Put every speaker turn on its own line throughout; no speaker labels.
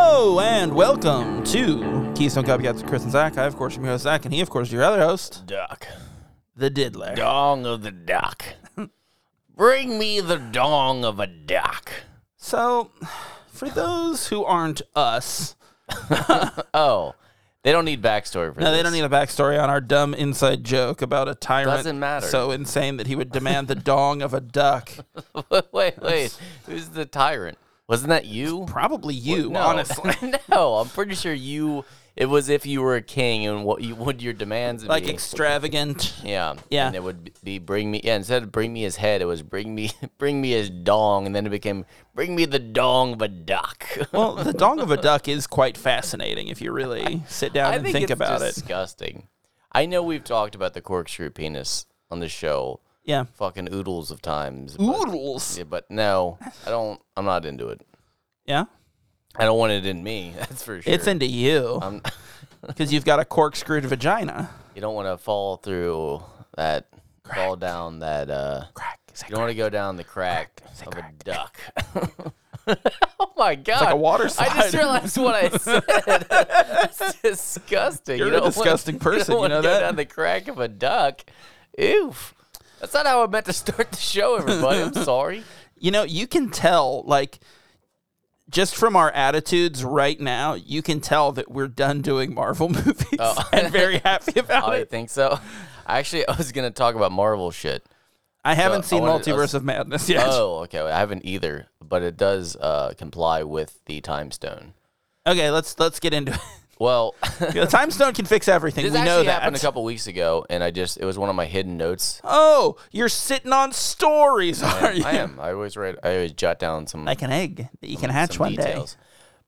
And welcome to Keystone Copycats with Chris and Zach. I, of course, am your host, Zach, and he, of course, your other host,
Duck.
the Diddler.
Dong of the duck. Bring me the dong of a duck.
So, for those who aren't us,
Oh, they don't need backstory for
no,
this.
they don't need a backstory on our dumb inside joke about a tyrant
Doesn't matter.
so insane that he would demand the dong of a duck.
wait, wait. Who's the tyrant? Wasn't that you?
Probably you,
No.
honestly.
no, I'm pretty sure you. It was if you were a king and what you would your demands
Like
be.
extravagant.
yeah,
Yeah.
And it would be bring me. Yeah, instead of bring me his head, it was bring me bring me his dong, and then it became bring me the dong of a duck.
Well, the dong of a duck is quite fascinating if you really sit down and think
it's
about it.
Disgusting. I know we've talked about the corkscrew penis on the show,
Yeah.
fucking oodles of times. But,
Oodles.
yeah, but no, I don't. I'm not into it.
Yeah.
I don't want it in me. That's for sure.
It's into you
I'm,
because you've got a corkscrewed vagina.
you don't want to fall through that, fall down that. uh
Crack. Is that
You don't want to go down the crack of a duck. oh my god!
like a water
I just
slide.
realized what I said. That's disgusting.
You're a
don't wanna-
disgusting person, you
You, don't wanna
know
go
that?
down the crack of a duck. Oof. That's not how I meant to start the show, everybody. I'm sorry.
you know, you can tell, like, just from our attitudes right now, you can tell that we're done doing Marvel movies and very happy about
Oh. I
it.
think so. Actually, I was gonna talk about Marvel shit.
I haven't
so I
seen
wanted
Multiverse
us-
of Madness yet.
Oh, okay. I haven't either, but it does uh, comply with the time stone.
Okay, let's let's get into it.
Well,
the Time Stone can fix everything.
this
we know
actually
that.
happened a couple weeks ago, and I just it was one of my hidden notes.
oh, you're sitting on stories, are you?
I am. I always write. I always jot down some
Like an egg that you can
some
hatch one
details.
day.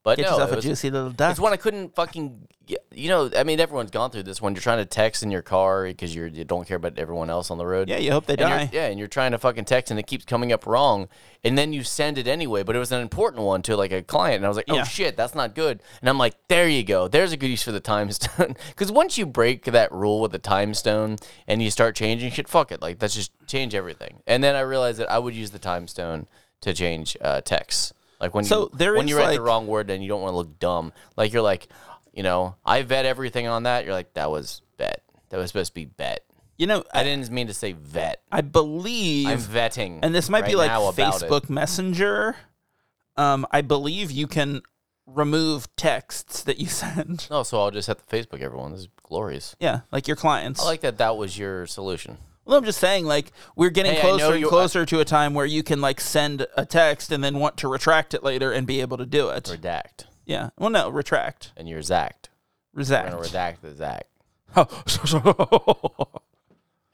But
Get
no,
yourself
it
a
was-
juicy little duck.
It's one I couldn't fucking. get- You know, I mean, everyone's gone through this when you're trying to text in your car because you're you don't care about everyone else on the road.
yeah, you hope they
And
die.
you're- yeah, and you're trying to fucking text and it keeps coming up wrong, and then you send it anyway. But it was an important one to like a client, and I was like, "Oh
Yeah.
shit, that's not good." And I'm like, "There you go. There's a good use for the time stone." Because once you break that rule with the time stone and you start changing shit, fuck it. Like that's just change everything. And then I realized that I would use the time stone to change uh, texts. Like when
So
you
there
when
is,
you write
like-
the wrong word and you don't want to look dumb. Like you're like, you know, I vet everything on that. You're like, that was bet. That was supposed to be bet.
You know,
I
I,
didn't mean to say vet.
I believe
I'm vetting.
and this might be
right
like
now about it.
Facebook Messenger. Um, I believe you can remove texts that you send.
No, Oh, so I'll just have to Facebook everyone. This is glorious.
Yeah, like your clients.
I like that that was your solution.
well, I'm just saying, like we're getting
Hey, I know
closer and
you-
closer to a time where you can like send a text and then want to retract it later and be able to do it.
Redact.
yeah. Well, no, retract,
And you're Zacked. I'm going to
resact.
redact the Zack.
Oh,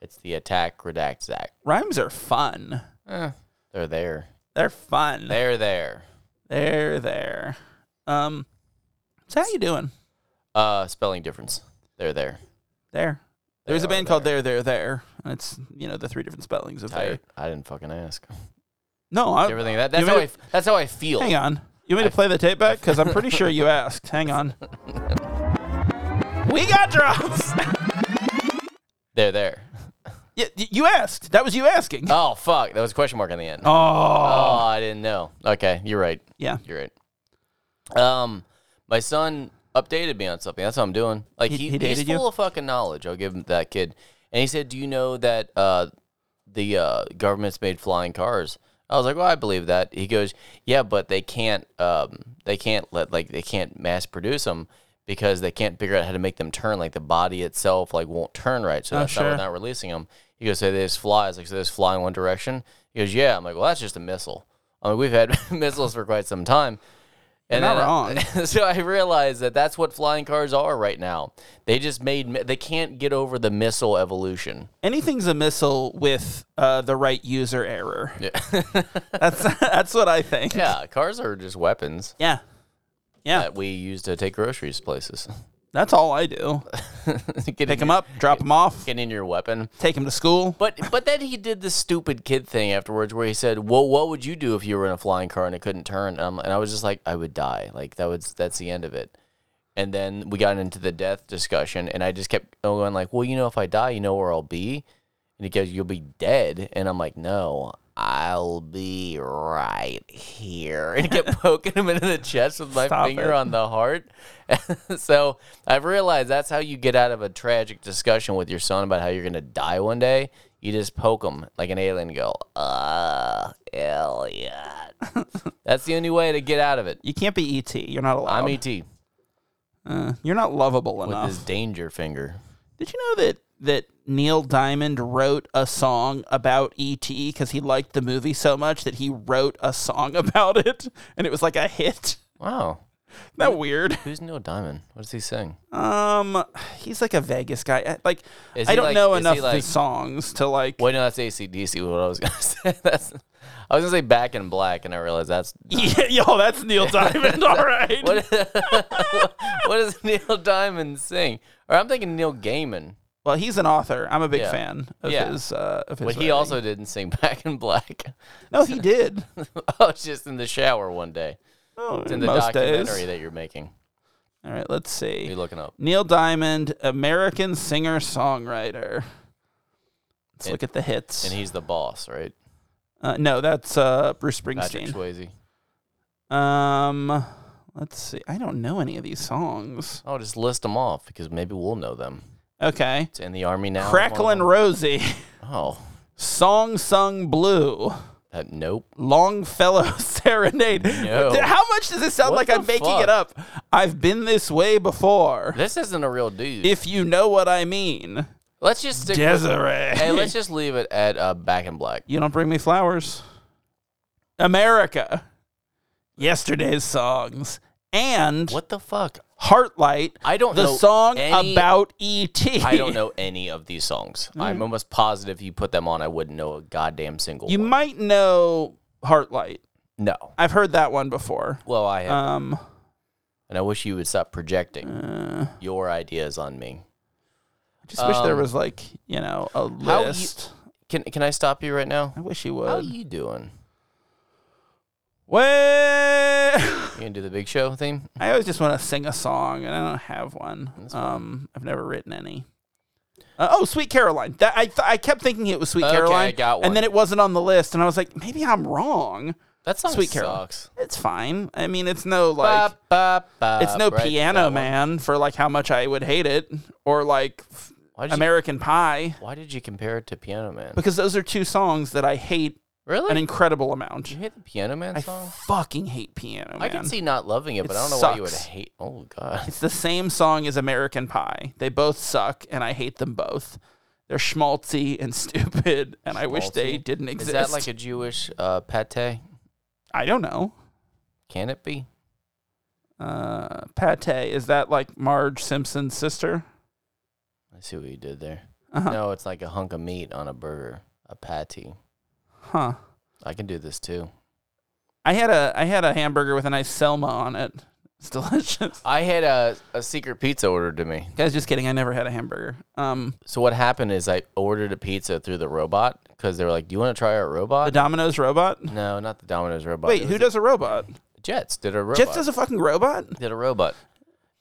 It's the attack, redact Zack.
Rhymes are fun.
Eh. They're there.
They're fun.
They're there.
They're there. Um, so how you doing?
Uh, spelling difference. They're there.
There. There's a
are
band called There, There, There. And it's, you know, the three different spellings of there.
I, I didn't fucking ask.
No, I,
Everything that
you
that's
made
how I,
it-
f- that's how I feel.
hang on. You want me to play the tape back? Because I'm pretty sure you asked. Hang on. We got drops.
They're there.
yeah, y- you asked. That was you asking.
Oh fuck, that was a question mark on the end.
oh.
Oh, I didn't know. Okay, you're right.
Yeah.
You're right. Um, my son updated me on something. That's what I'm doing. Like
He-
he,
he
he's
dated you?
full of fucking knowledge. I'll give him that kid. And he said, "Do you know that uh, the uh, government's made flying cars?" I was like, "Well, I believe that." He goes, "Yeah, but they can't. Um, they can't let like they can't mass produce them." Because they can't figure out how to make them turn, like the body itself, like won't turn right. So that's why
Oh, sure.
we're not releasing them. He goes, "So they just fly." I was like, "So they just fly in one direction?" He goes, "Yeah." I'm like, "Well, that's just a missile." I mean, we've had missiles for quite some time. And
You're
then uh,
not
so I realized that that's what flying cars are right now. They just made mi- they can't get over the missile evolution.
Anything's a missile with uh, the right user error. Yeah. that's, that's what I think.
Yeah, cars are just weapons
Yeah. Yeah.
that we use to take groceries places.
That's all I do.
Get in
Pick them
your-
up, drop them off,
Get in your weapon.
take them to school.
But but then he did this stupid kid thing afterwards where he said, "Well, what would you do if you were in a flying car and it couldn't turn?" Um, and I was just like, "I would die. Like that was that's the end of it." And then we got into the death discussion, and I just kept going like, "Well, you know, if I die, you know where I'll be." And he goes, "You'll be dead," and I'm like, "No, I'll be right here and get poking him into the chest with my
Stop
finger
it.
on the heart. so I've realized that's how you get out of a tragic discussion with your son about how you're gonna die one day. You just poke him like an alien and go, uh, Elliot. that's the only way to get out of it.
You can't be ET. You're not allowed.
I'm E ET with
Uh, you're not lovable enough.
his danger finger.
Did you know that that Neil Diamond wrote a song about ET because he liked the movie so much that he wrote a song about it, and it was like a hit.
Wow.
Isn't that weird?
Who's Neil Diamond? What does he sing?
Um, he's like a Vegas guy. I- Like
Is
I
he
don't
like-
know
is he
enough of
like-
his songs to like.
Wait, no, that's ACDC. What I was gonna say. That's I was gonna say Back in Black, and I realized that's
Yeah, yo, that's Neil Diamond. all right.
what. what does Neil Diamond sing? Or I'm thinking Neil Gaiman,
Well, he's an author. I'm a big
Yeah.
fan of
Yeah.
his. Uh, of his.
but he
writing.
also didn't sing Back in Black.
no, he did.
I was just in the shower one day.
Oh,
It's in the
most
documentary
days.
that you're making.
All right, let's see.
You're looking up.
Neil Diamond, American singer songwriter. Let's look at the hits.
And he's the boss, right?
uh, no, that's uh, Bruce
Patrick
Springsteen.
Swayze.
Um, let's see. I don't know any of these songs.
Oh, just list them off because maybe we'll know them.
Okay,
It's in the army now.
Cracklin' Rosie,
Oh,
Song Sung Blue,
that nope.
Longfellow Serenade.
No.
Dude, How much does this sound
What
like I'm
the
making
fuck?
it up? I've been this way before.
This isn't a real dude.
If you know what I mean,
let's just stick. with-
Desiree.
Hey, let's just leave it at uh, Back in Black.
You don't bring me flowers. America. Yesterday's songs. And
What the fuck?
Heartlight,
I don't
the
know
song
any-
about E Mm. E.T.
I don't know any of these songs. I'm almost positive you put them on, I wouldn't know a goddamn single
You
one.
might know Heartlight.
No.
I've heard that one before.
Well, I have,
Um,
and I wish you would stop projecting
uh.
your ideas on me.
I just wish there was like, you know, a
Um, How you-
list.
Can Can I stop you right now?
I wish you
How
would.
you doing?
Well,
You gonna do the Big Show theme?
I always just want to sing a song, and I don't have one. Um, I've never written any. Uh, oh, Sweet Caroline. That I th- I kept thinking it was Sweet
Okay, I
Caroline,
got one.
and then it wasn't on the list, and I was like, maybe I'm wrong.
That song
Sweet Carol.
sucks.
It's fine. I mean, it's no like,
Ba, ba, ba,
it's no
right, that
Piano
one.
Man for like how much I would hate it, or like f-
Why did, you,
American Pie,
why did you compare it to Piano Man?
because those are two songs that I hate
Really?
an incredible amount.
you hate the Piano Man
I
song?
fucking hate Piano Man.
I can see not loving it, but I don't know why you would
sucks.
hate. Oh God,
It's the same song as American Pie. They both suck, and I hate them both. They're schmaltzy and stupid, and I wish they
Schmaltzy?
didn't
is
exist.
that like a Jewish uh, pate?
I don't know.
Can it be?
Uh, Pate is that like Marge Simpson's sister?
I see what you did there.
Uh-huh.
No, it's like a hunk of meat on a burger, a patty.
Huh.
I can do this too.
I had a I had a hamburger with a nice Selma on it. It's delicious.
I had a, a secret pizza ordered to me.
Guys, just kidding. I never had a hamburger. Um,
So what happened is I ordered a pizza through the robot because they were like, "Do you want to try our
the
robot?"
Domino's robot.
no, not the Domino's robot.
Wait,
It
who
was
does a robot?
Jets did a robot?
Jeff does a fucking robot.
did a robot.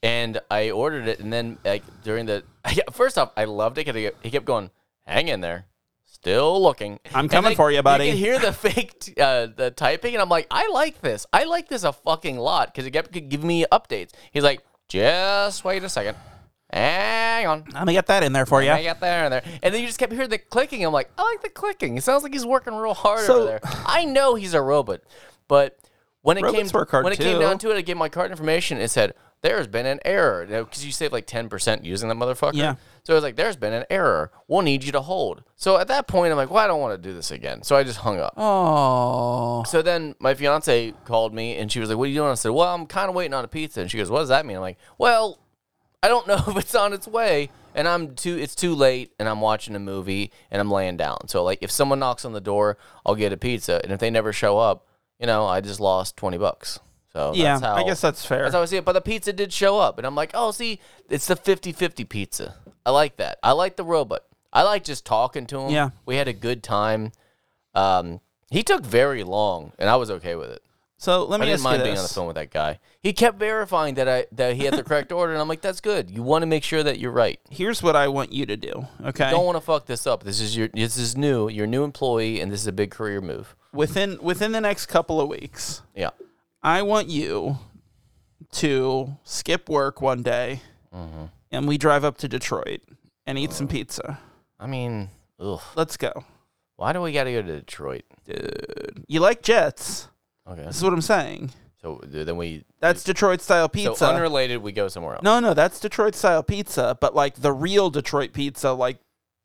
And I ordered it, and then like during the first off, I loved it because he kept going, "Hang in there, still looking."
I'm
And
coming
they-
for you, buddy.
You could hear the fake t- uh, the typing, and I'm like, "I like this. I like this a fucking lot," because it kept giving me updates. He's like, "Just wait a second, hang on."
I'm gonna get that in there for
I
you.
got there and there, and then you just kept hearing the clicking. I'm like, I like the clicking. It sounds like he's working real hard
So-
over there. I know he's a robot, but when it
Robots
came
work hard,
when it came
too.
down to it, I gave my card information. It said there's been an error because you saved like ten percent using that motherfucker.
Yeah.
So I was like, there's been an error. We'll need you to hold. So at that point, I'm like, well, I don't want to do this again. So I just hung up.
Oh,
So then my fiance called me and she was like, What are you doing? I said, Well, I'm kind of waiting on a pizza. And she goes, What does that mean? I'm like, Well, I don't know if it's on its way. And I'm too, it's too late and I'm watching a movie and I'm laying down. So, like, if someone knocks on the door, I'll get a pizza. And if they never show up, you know, I just lost 20 bucks. So,
yeah.
that's how,
I guess that's fair.
that's how I see it. But the pizza did show up. And I'm like, Oh, see, it's the 50 50 pizza. I like that. I like the robot. I like just talking to him.
Yeah.
We had a good time. Um, he took very long, and I was okay with it.
So let
I
me
didn't
ask
mind
you
being on the
this.
phone with that guy. He kept verifying that I that he had the correct order, and I'm like, "That's good. You want to make sure that you're right.
Here's what I want you to do. Okay.
Don't want to fuck this up. This is your this is new. You're a new employee, and this is a big career move.
Within within the next couple of weeks,
Yeah,
I want you to skip work one day, and we drive up to Detroit and eat some pizza.
I mean, ugh.
Let's go,
Why do we got to go to Detroit?
dude. You like Jets?
Okay,
This is what I'm saying.
so then we
That's Detroit style
so
pizza.
unrelated. We go somewhere else.
no, no, that's Detroit style pizza, but like the real Detroit pizza, like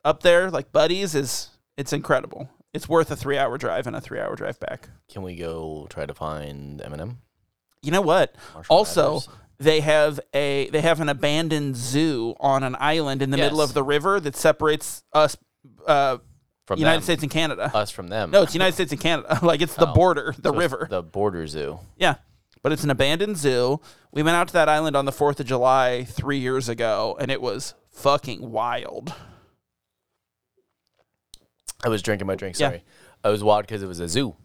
up there, like Buddies, is it's incredible. It's worth a three hour drive and a three hour drive back.
Can we go try to find Eminem?
You know what?
Marshall
also,
Mathers.
they have a they have an abandoned zoo on an island in the middle
Yes.
of the river that separates us, uh,
from
United
them.
States and Canada.
us from them.
no, it's United States and Canada. like it's the
Oh.
border, the
So it's
river.
the border zoo.
Yeah. But it's an abandoned zoo. We went out to that island on the 4th of July three years ago, and it was fucking wild.
I was drinking my drink.
Yeah.
Sorry, I was wild because it was a zoo.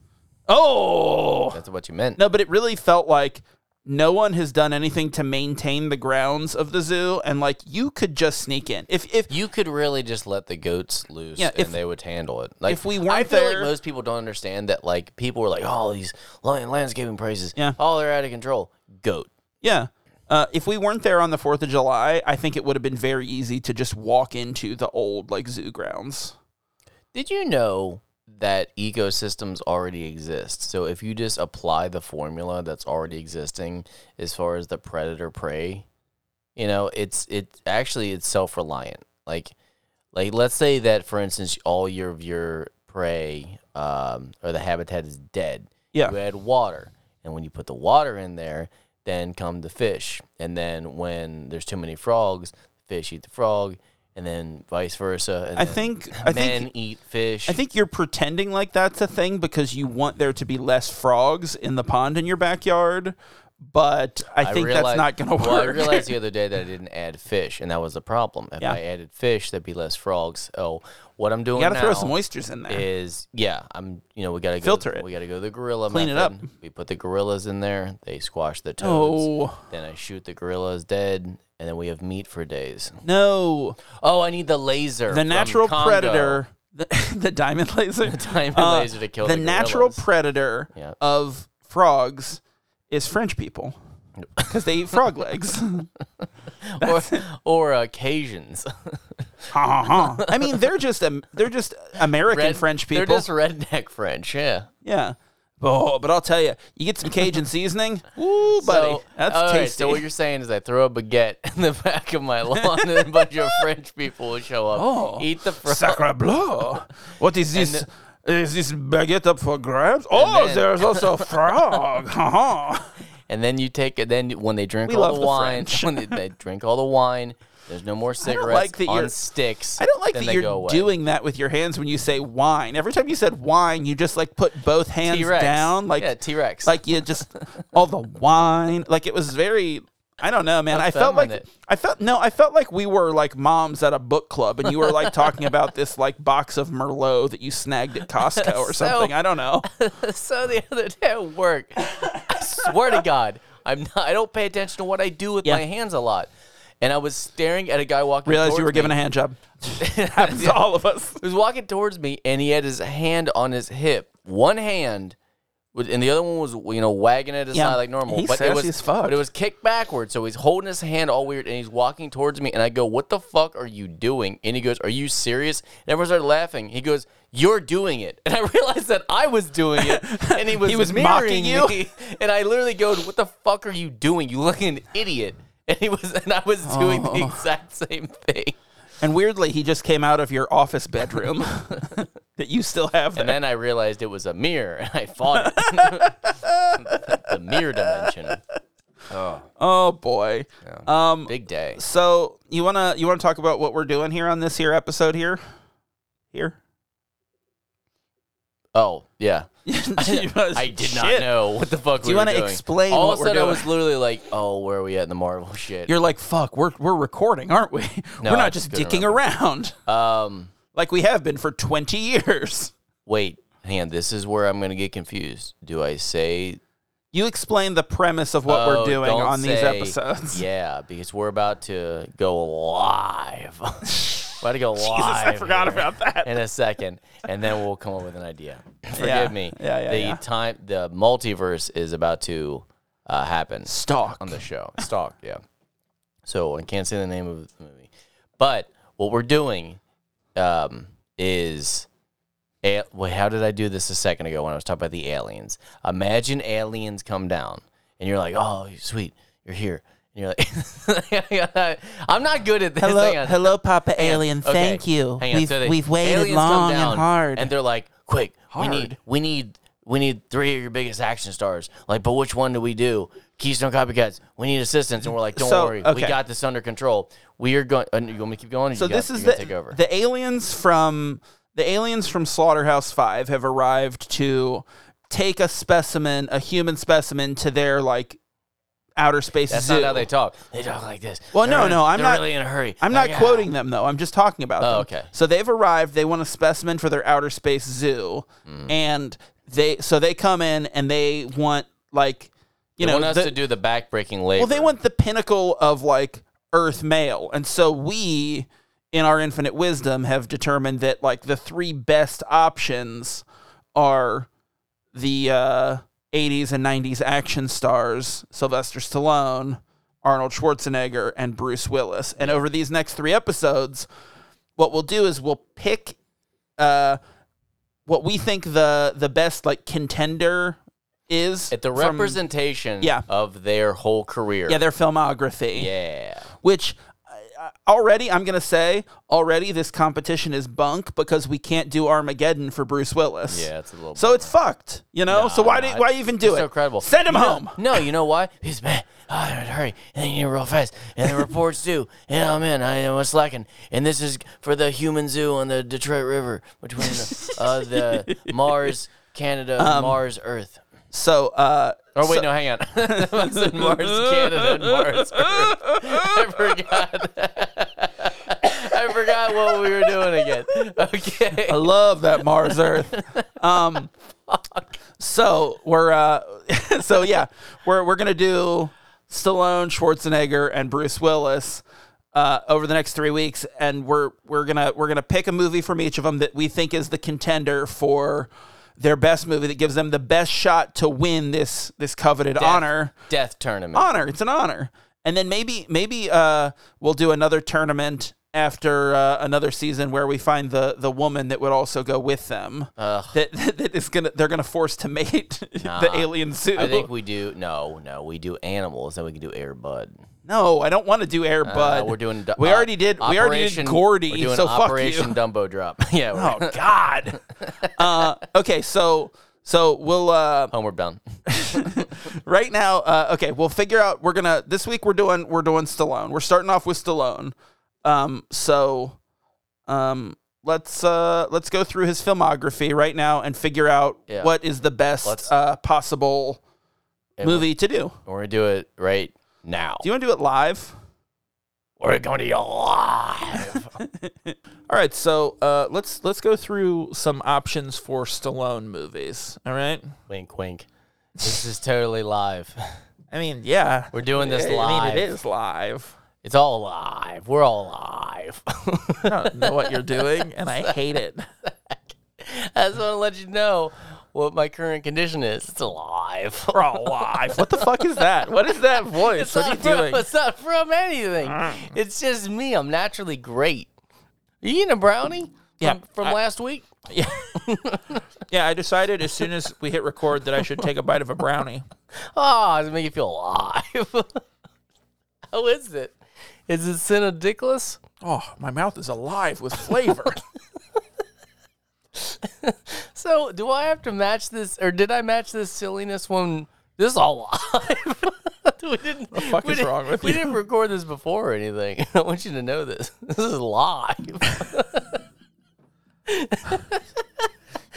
Oh!
That's what you meant.
No, but it really felt like no one has done anything to maintain the grounds of the zoo, and like you could just sneak in. If, if,
You could really just let the goats loose
Yeah, if-
and they would handle it. Like
if we
I
weren't
feel
there-
like most people don't understand that like people are like, Oh, these lion landscaping prices.
Yeah.
Oh, they're out of control. Goat.
yeah. Uh, if we weren't there on the 4th of July, I think it would have been very easy to just walk into the old, like, zoo grounds.
Did you know that ecosystems already exist? So if you just apply the formula that's already existing as far as the predator prey, you know, it's it actually it's self reliant. Like like let's say that for instance all your of your prey um, or the habitat is dead.
Yeah.
You add water. And when you put the water in there, then come the fish. And then when there's too many frogs, fish eat the frog. And then vice versa. And
I
then
think, I
men
think.
eat fish.
I think you're pretending like that's a thing because you want there to be less frogs in the pond in your backyard, but I, think that's
realized-
not going to work.
Well, I realized the other day that I didn't add fish, and that was the problem. If
Yeah.
I added fish, there'd be less frogs. Oh, what I'm doing
you got to
now
throw some oysters in there.
is yeah, I'm you know we gotta go,
Filter it.
We gotta go the gorilla
Clean it
method. We put the gorillas in there. They squash the toads.
oh
Then I shoot the gorillas dead, and then we have meat for days.
no,
Oh, I need the laser.
the
from
natural
Congo.
predator, the, the diamond laser, the
diamond laser to kill
Uh, the
the
natural
gorillas.
predator
Yeah.
of frogs is French people because they eat frog legs.
or, or uh, occasions.
Ha, ha, ha. I mean, they're just um, they're just American French people.
They're just redneck French. Yeah.
Yeah. Oh, but I'll tell you, you get some Cajun seasoning. Ooh, buddy, that's
all right,
tasty.
so what you're saying is I throw a baguette in the back of my lawn, and a bunch of French people will show up,
Oh.
eat the frog.
Sacre bleu! What is this? is this baguette up for grabs? Oh,
then-
there's also a frog. Ha
and then you take it. Then when they drink
We
all
love
the
the
wine,
French.
when they, they drink all the wine, there's no more cigarettes
like that
on
you're-
sticks.
I don't like
then
that
they go
you're
away.
doing that with your hands when you say wine. Every time you said wine, you just like put both hands
T-Rex.
down, like
yeah, T-Rex.
like you just all the wine. Like it was very. I don't know, man. I felt like
Effeminate.
I felt no, I felt like we were like moms at a book club, and you were like talking about this like box of Merlot that you snagged at Costco or
So-
something. I don't know.
so the other day at work, I swear to God, I'm not, I don't pay attention to what I do with
Yeah.
my hands a lot, and I was staring at a guy walking.
Realized
towards
you were
me.
giving a hand job. Happens to all of us.
He was walking towards me, and he had his hand on his hip, one hand, with- and the other one was you know wagging at his
Yeah.
side like normal.
He's
but
sassy
it was
as fuck.
but it was kicked backward, so he's holding his hand all weird, and he's walking towards me, and I go, "What the fuck are you doing?" And he goes, "Are you serious?" And everyone started laughing. He goes. You're doing it, and I realized that I was doing it, and he was
He was mocking
mirroring
you?
me, and I literally go, "What the fuck are you doing? You look an idiot!" And he was, and I was doing
Oh.
the exact same thing.
And weirdly, he just came out of your office bedroom that you still have there.
And then I realized it was a mirror, and I fought it. the mirror dimension.
oh boy. Um.
Big day.
So you wanna you wanna talk about what we're doing here on this here episode here? Here.
Oh, yeah. I
I
did not know what the fuck Do we
you
were
wanna
doing.
explain
All
what
of a
we're
sudden, I
doing?
was literally like, oh, where are we at in the Marvel shit?
You're like, fuck, we're we're recording, aren't we?
No,
we're
I
not
just
just
couldn't
dicking around
um,
like we have been for 20 years.
wait. Hang on. This is where I'm going to get confused. Do I say
You explain the premise of what
Oh,
we're doing
don't
on these
say-
episodes.
Yeah, because we're about to go live. about to go live.
I forgot
here
about that.
In a second, and then we'll come up with an idea. Forgive
Yeah,
me.
yeah, yeah,
The
yeah.
time, the multiverse is about to uh, happen
Stalk.
on the show. Stalk, yeah. So I can't say the name of the movie, but what we're doing um, is. A- wait, how did I do this a second ago when I was talking about the aliens? Imagine aliens come down, and you're like, "Oh, sweet, you're here." And you're like, "I'm not good at this." Hang on.
hello, Papa
Okay. Hang on. So they- aliens come down, and they're like, "Quick,
Hard.
we need, we need, we need three of your biggest action stars." Like, but which one do we do? Keystone Copycats. We need assistance, and we're like, "Don't
So,
worry, we
okay.
got this under control. We are going." Uh, you want me to keep going?
so
you
this
got,
is
you
the
gotta take over.
the aliens from the aliens from Slaughterhouse Five have arrived to take a specimen, a human specimen, to their like outer space
That's
zoo.
not how they talk. They talk like this.
Well,
They're
no,
in-
no, I'm
they're
not-
really in a hurry.
I'm not
Like, ah.
quoting them though. I'm just talking about them.
Oh, okay.
So they've arrived. They want a specimen for their outer space zoo,
Mm.
and they so they come in and they want like you
They
know
want us
the-
to do the backbreaking labor.
Well, they want the pinnacle of like Earth male, and so we, in our infinite wisdom, have determined that like the three best options are the uh, '80s and '90s action stars Sylvester Stallone, Arnold Schwarzenegger, and Bruce Willis. And over these next three episodes, what we'll do is we'll pick uh, what we think the the best like contender is
at the
from-
representation
Yeah.
of their whole career.
yeah, their filmography
yeah.
which uh, already I'm going to say already this competition is bunk because we can't do Armageddon for Bruce Willis.
Yeah, it's a little
So it's fucked, you know? so why do,
I-
why even do
it's
it?
So credible.
Send him
You know-
home.
No, you know why? He's man. Oh, I'm in a hurry, and you real fast, and the reports due, and I'm in. I am slacking, and this is for the human zoo on the Detroit River between the, uh, the Mars, Canada, Mars, Earth.
So uh
Oh wait,
so-
no, hang on. I said Mars, Canada, and Mars, Earth. I forgot. I forgot what we were doing again. Okay.
I love that Mars Earth. Um so we're uh so yeah, we're we're going to do Stallone, Schwarzenegger and Bruce Willis. Uh, over the next three weeks, and we're we're gonna we're gonna pick a movie from each of them that we think is the contender for their best movie that gives them the best shot to win this this coveted honor
Death tournament.
honor. It's an honor. And then maybe maybe uh, we'll do another tournament after uh, another season where we find the the woman that would also go with them.
Ugh.
That, that that is gonna they're gonna force to mate the alien zoo.
I think we do. No, no, we do animals, and we can do Air Bud.
no, I don't want to do Air
Uh,
Bud.
we're doing.
we already did. we already did Gordy.
We're doing
so
Operation
fuck you.
Dumbo Drop. yeah, we're
Oh God. uh, okay, so so we'll uh,
homeward bound.
right now uh, okay we'll figure out we're gonna this week we're doing we're doing stallone we're starting off with stallone um, so um, let's uh, let's go through his filmography right now and figure out
Yeah.
what is the best
Let's-
uh, possible
And
movie to do
We're gonna do it right now.
do you want to do it live
we're going to be alive.
all right so uh, let's let's go through some options for stallone movies all right
wink, wink. This is totally live.
i mean yeah
We're doing this
I-
live.
I mean, it is live
It's all live. We're all live.
i don't know what you're doing and i hate it
I just want to let you know what my current condition is. It's alive.
We're all live. What the fuck is that? What is that voice? what are you
not from-
doing? Mm.
It's not from anything. It's just me. I'm naturally great. Are you eating a brownie?
Yeah.
From, from last week?
Yeah. yeah, I decided as soon as we hit record that I should take a bite of a brownie.
Oh, it's making you feel alive. How is it? Is it synodiculous?
Oh, my mouth is alive with flavor.
So, do I have to match this, or did I match this silliness when this is all live? we didn't. The
fuck is wrong with
we
you?
didn't record this before or anything. I want you to know this. This is live.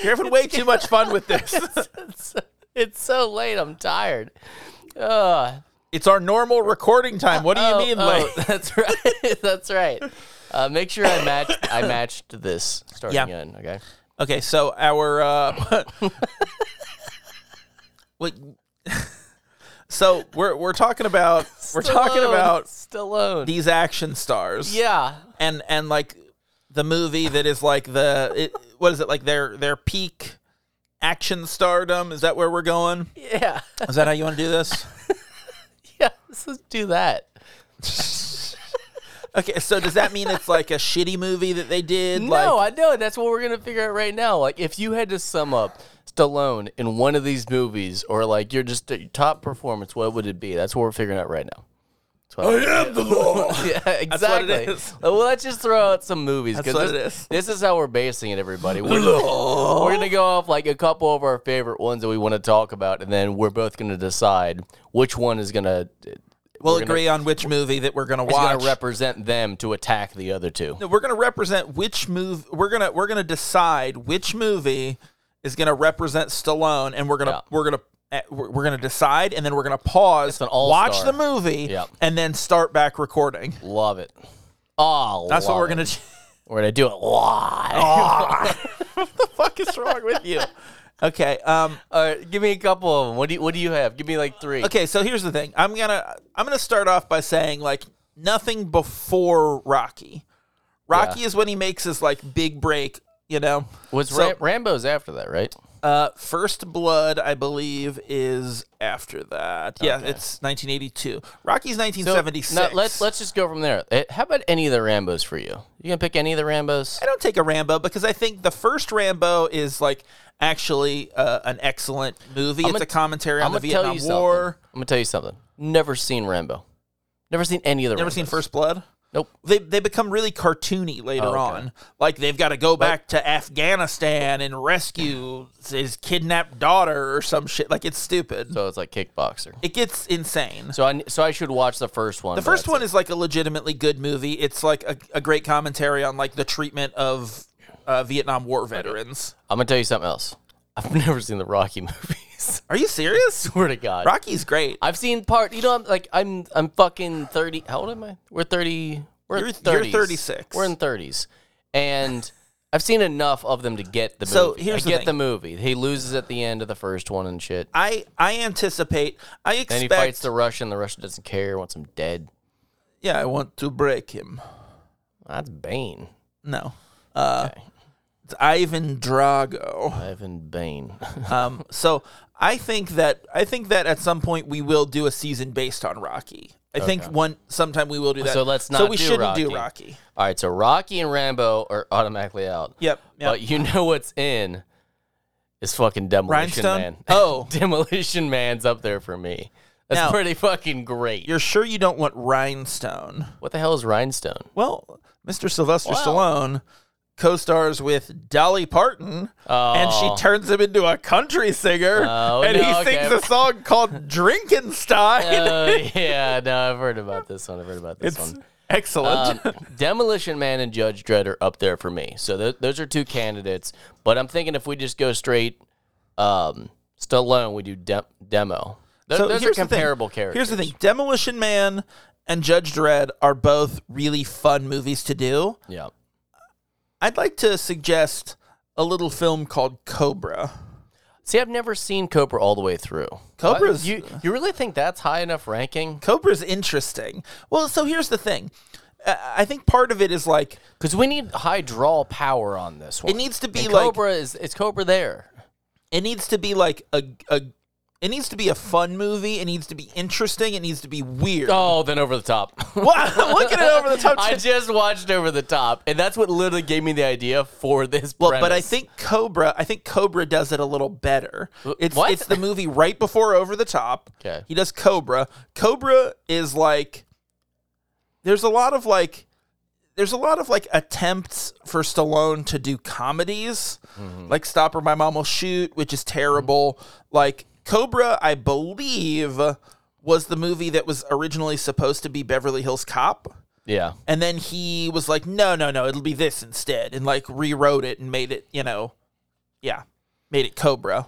You're having way too much fun with this.
it's, it's so late. I'm tired. Uh,
It's our normal recording time. What do you
oh,
mean,
oh,
late?
That's right. that's right. Uh, make sure I matched. I matched this starting
Yeah.
in. Okay.
Okay, so our uh what So we're we're talking about we're talking
Stallone.
about
Stallone.
these action stars.
yeah.
and and like the movie that is like the it, what is it like their their peak action stardom is that where we're going
Yeah.
is that how you want to do this
Yeah. Let's just do that.
okay so does that mean it's like a shitty movie that they did like
no, I know. That's what we're gonna figure out right now. Like, if you had to sum up Stallone in one of these movies, or like your just your top performance, what would it be? That's what we're figuring out right now. That's what I-
am the law
yeah,
what
exactly.
it is.
Uh, Well, let's just throw out some movies. 'cause
That's what
this,
it is.
This is how we're basing it, everybody. We're, we're gonna go off like a couple of our favorite ones that we want to talk about, and then we're both gonna decide which one is gonna
we'll
we're gonna-
agree on which movie that we're gonna
is
watch
gonna represent them to attack the other two.
No, we're gonna represent which move we're gonna we're gonna decide which movie is gonna represent Stallone, and we're gonna
Yeah.
we're gonna eh, we're we're gonna decide, and then we're gonna pause,
an all-star.
watch the movie,
Yeah.
and then start back recording.
Love it. Oh,
That's what
love
we're Oh,
it.
gonna. do.
We're gonna do it live.
the fuck is wrong with you? Okay. Um.
All right, give me a couple of them. What do you, What do you have? Give me like three.
Okay. So here's the thing. I'm gonna I'm gonna start off by saying like nothing before Rocky. Rocky is when he makes his like big break. You know.
Was
So-
Ra- Rambo's after that, right?
Uh, First Blood, I believe, is after that. Yeah, it's 1982. Rocky's 1976.
No, let's let's just go from there. Eh, How about any of the Rambo's for you? You gonna pick any of the Rambo's?
I don't take a Rambo because I think the first Rambo is like actually uh, an excellent movie. it's
gonna-
a commentary on
I'm
the
gonna tell
Vietnam
you
War.
something. I'm gonna tell you something. Never seen Rambo. Never seen any of the.
Never seen First Blood.
Nope.
They they become really cartoony later
okay.
on. Like they've got to go back to Afghanistan and rescue his kidnapped daughter or some shit. Like it's stupid.
So it's like kickboxer.
it gets insane.
So I so I should watch the first one.
The first one is like a legitimately good movie. It's like a, a great commentary on like the treatment of uh, Vietnam War veterans.
I'm gonna tell you something else. I've never seen the Rocky movies.
Are you serious?
Swear to God.
Rocky's great.
I've seen part. You know, I'm like I'm I'm fucking thirty. How old am I? We're thirty. We're
You're- you're
30s.
36.
We're in thirties, and I've seen enough of them to get the movie.
So, here's
I
the
get
thing.
the movie. He loses at the end of the first one and shit.
I I anticipate. I
Then
expect.
he fights the Russian. The Russian doesn't care. Wants him dead.
yeah, I want to break him.
That's Bane.
No. Uh, It's Ivan Drago.
Ivan Bane.
Um, so I think that I think that at some point we will do a season based on Rocky. I think one sometime we will do that.
So let's
So
not
we
do
shouldn't do
Rocky.
Rocky.
All right. So Rocky and Rambo are automatically out.
Yep. yep.
But you know what's in is fucking Demolition
Rhinestone?
Man.
Oh.
Demolition Man's up there for me. That's
Now-
pretty fucking great.
You're sure you don't want Rhinestone?
What the hell is Rhinestone?
Well, Mr. Sylvester
Wow.
Stallone co-stars with Dolly Parton, and
Oh.
she turns him into a country singer,
Oh,
and he
no, okay.
sings a song called "Drinkenstein."
Oh yeah, no, I've heard about this one. I've heard about this
it's
one. Um,
excellent.
Demolition Man and Judge Dredd are up there for me. So th- those are two candidates. But I'm thinking if we just go straight um, Stallone, we do de- Demo. Th- those are
here's the thing.
comparable
Here's
characters.
the thing: Demolition Man and Judge Dredd are both really fun movies to do.
Yeah.
I'd like to suggest a little film called Cobra.
See, I've never seen Cobra all the way through.
Cobra's-
you you really think that's high enough ranking?
Cobra's interesting. Well, so here's the thing: I I think part of it is like
Because we need high draw power on this one.
it needs to be
And
like
Cobra is it's Cobra there.
it needs to be like a, a it needs to be a fun movie. It needs to be interesting. It needs to be weird.
Oh, then over the top.
Wow, look at it over the top.
I just watched over the top, and that's what literally gave me the idea for this.
well, but I
premise.
think Cobra. I think Cobra does it a little better. It's
what?
it's the movie right before Over the Top.
Okay.
he does Cobra. Cobra is like there's a lot of like there's a lot of like attempts for Stallone to do comedies,
Mm-hmm.
like Stop or My Mom Will Shoot, which is terrible. Like Cobra, I believe, was the movie that was originally supposed to be Beverly Hills Cop.
yeah,
And then he was like, no, no, no, it'll be this instead. And like rewrote it and made it, you know, yeah, made it Cobra.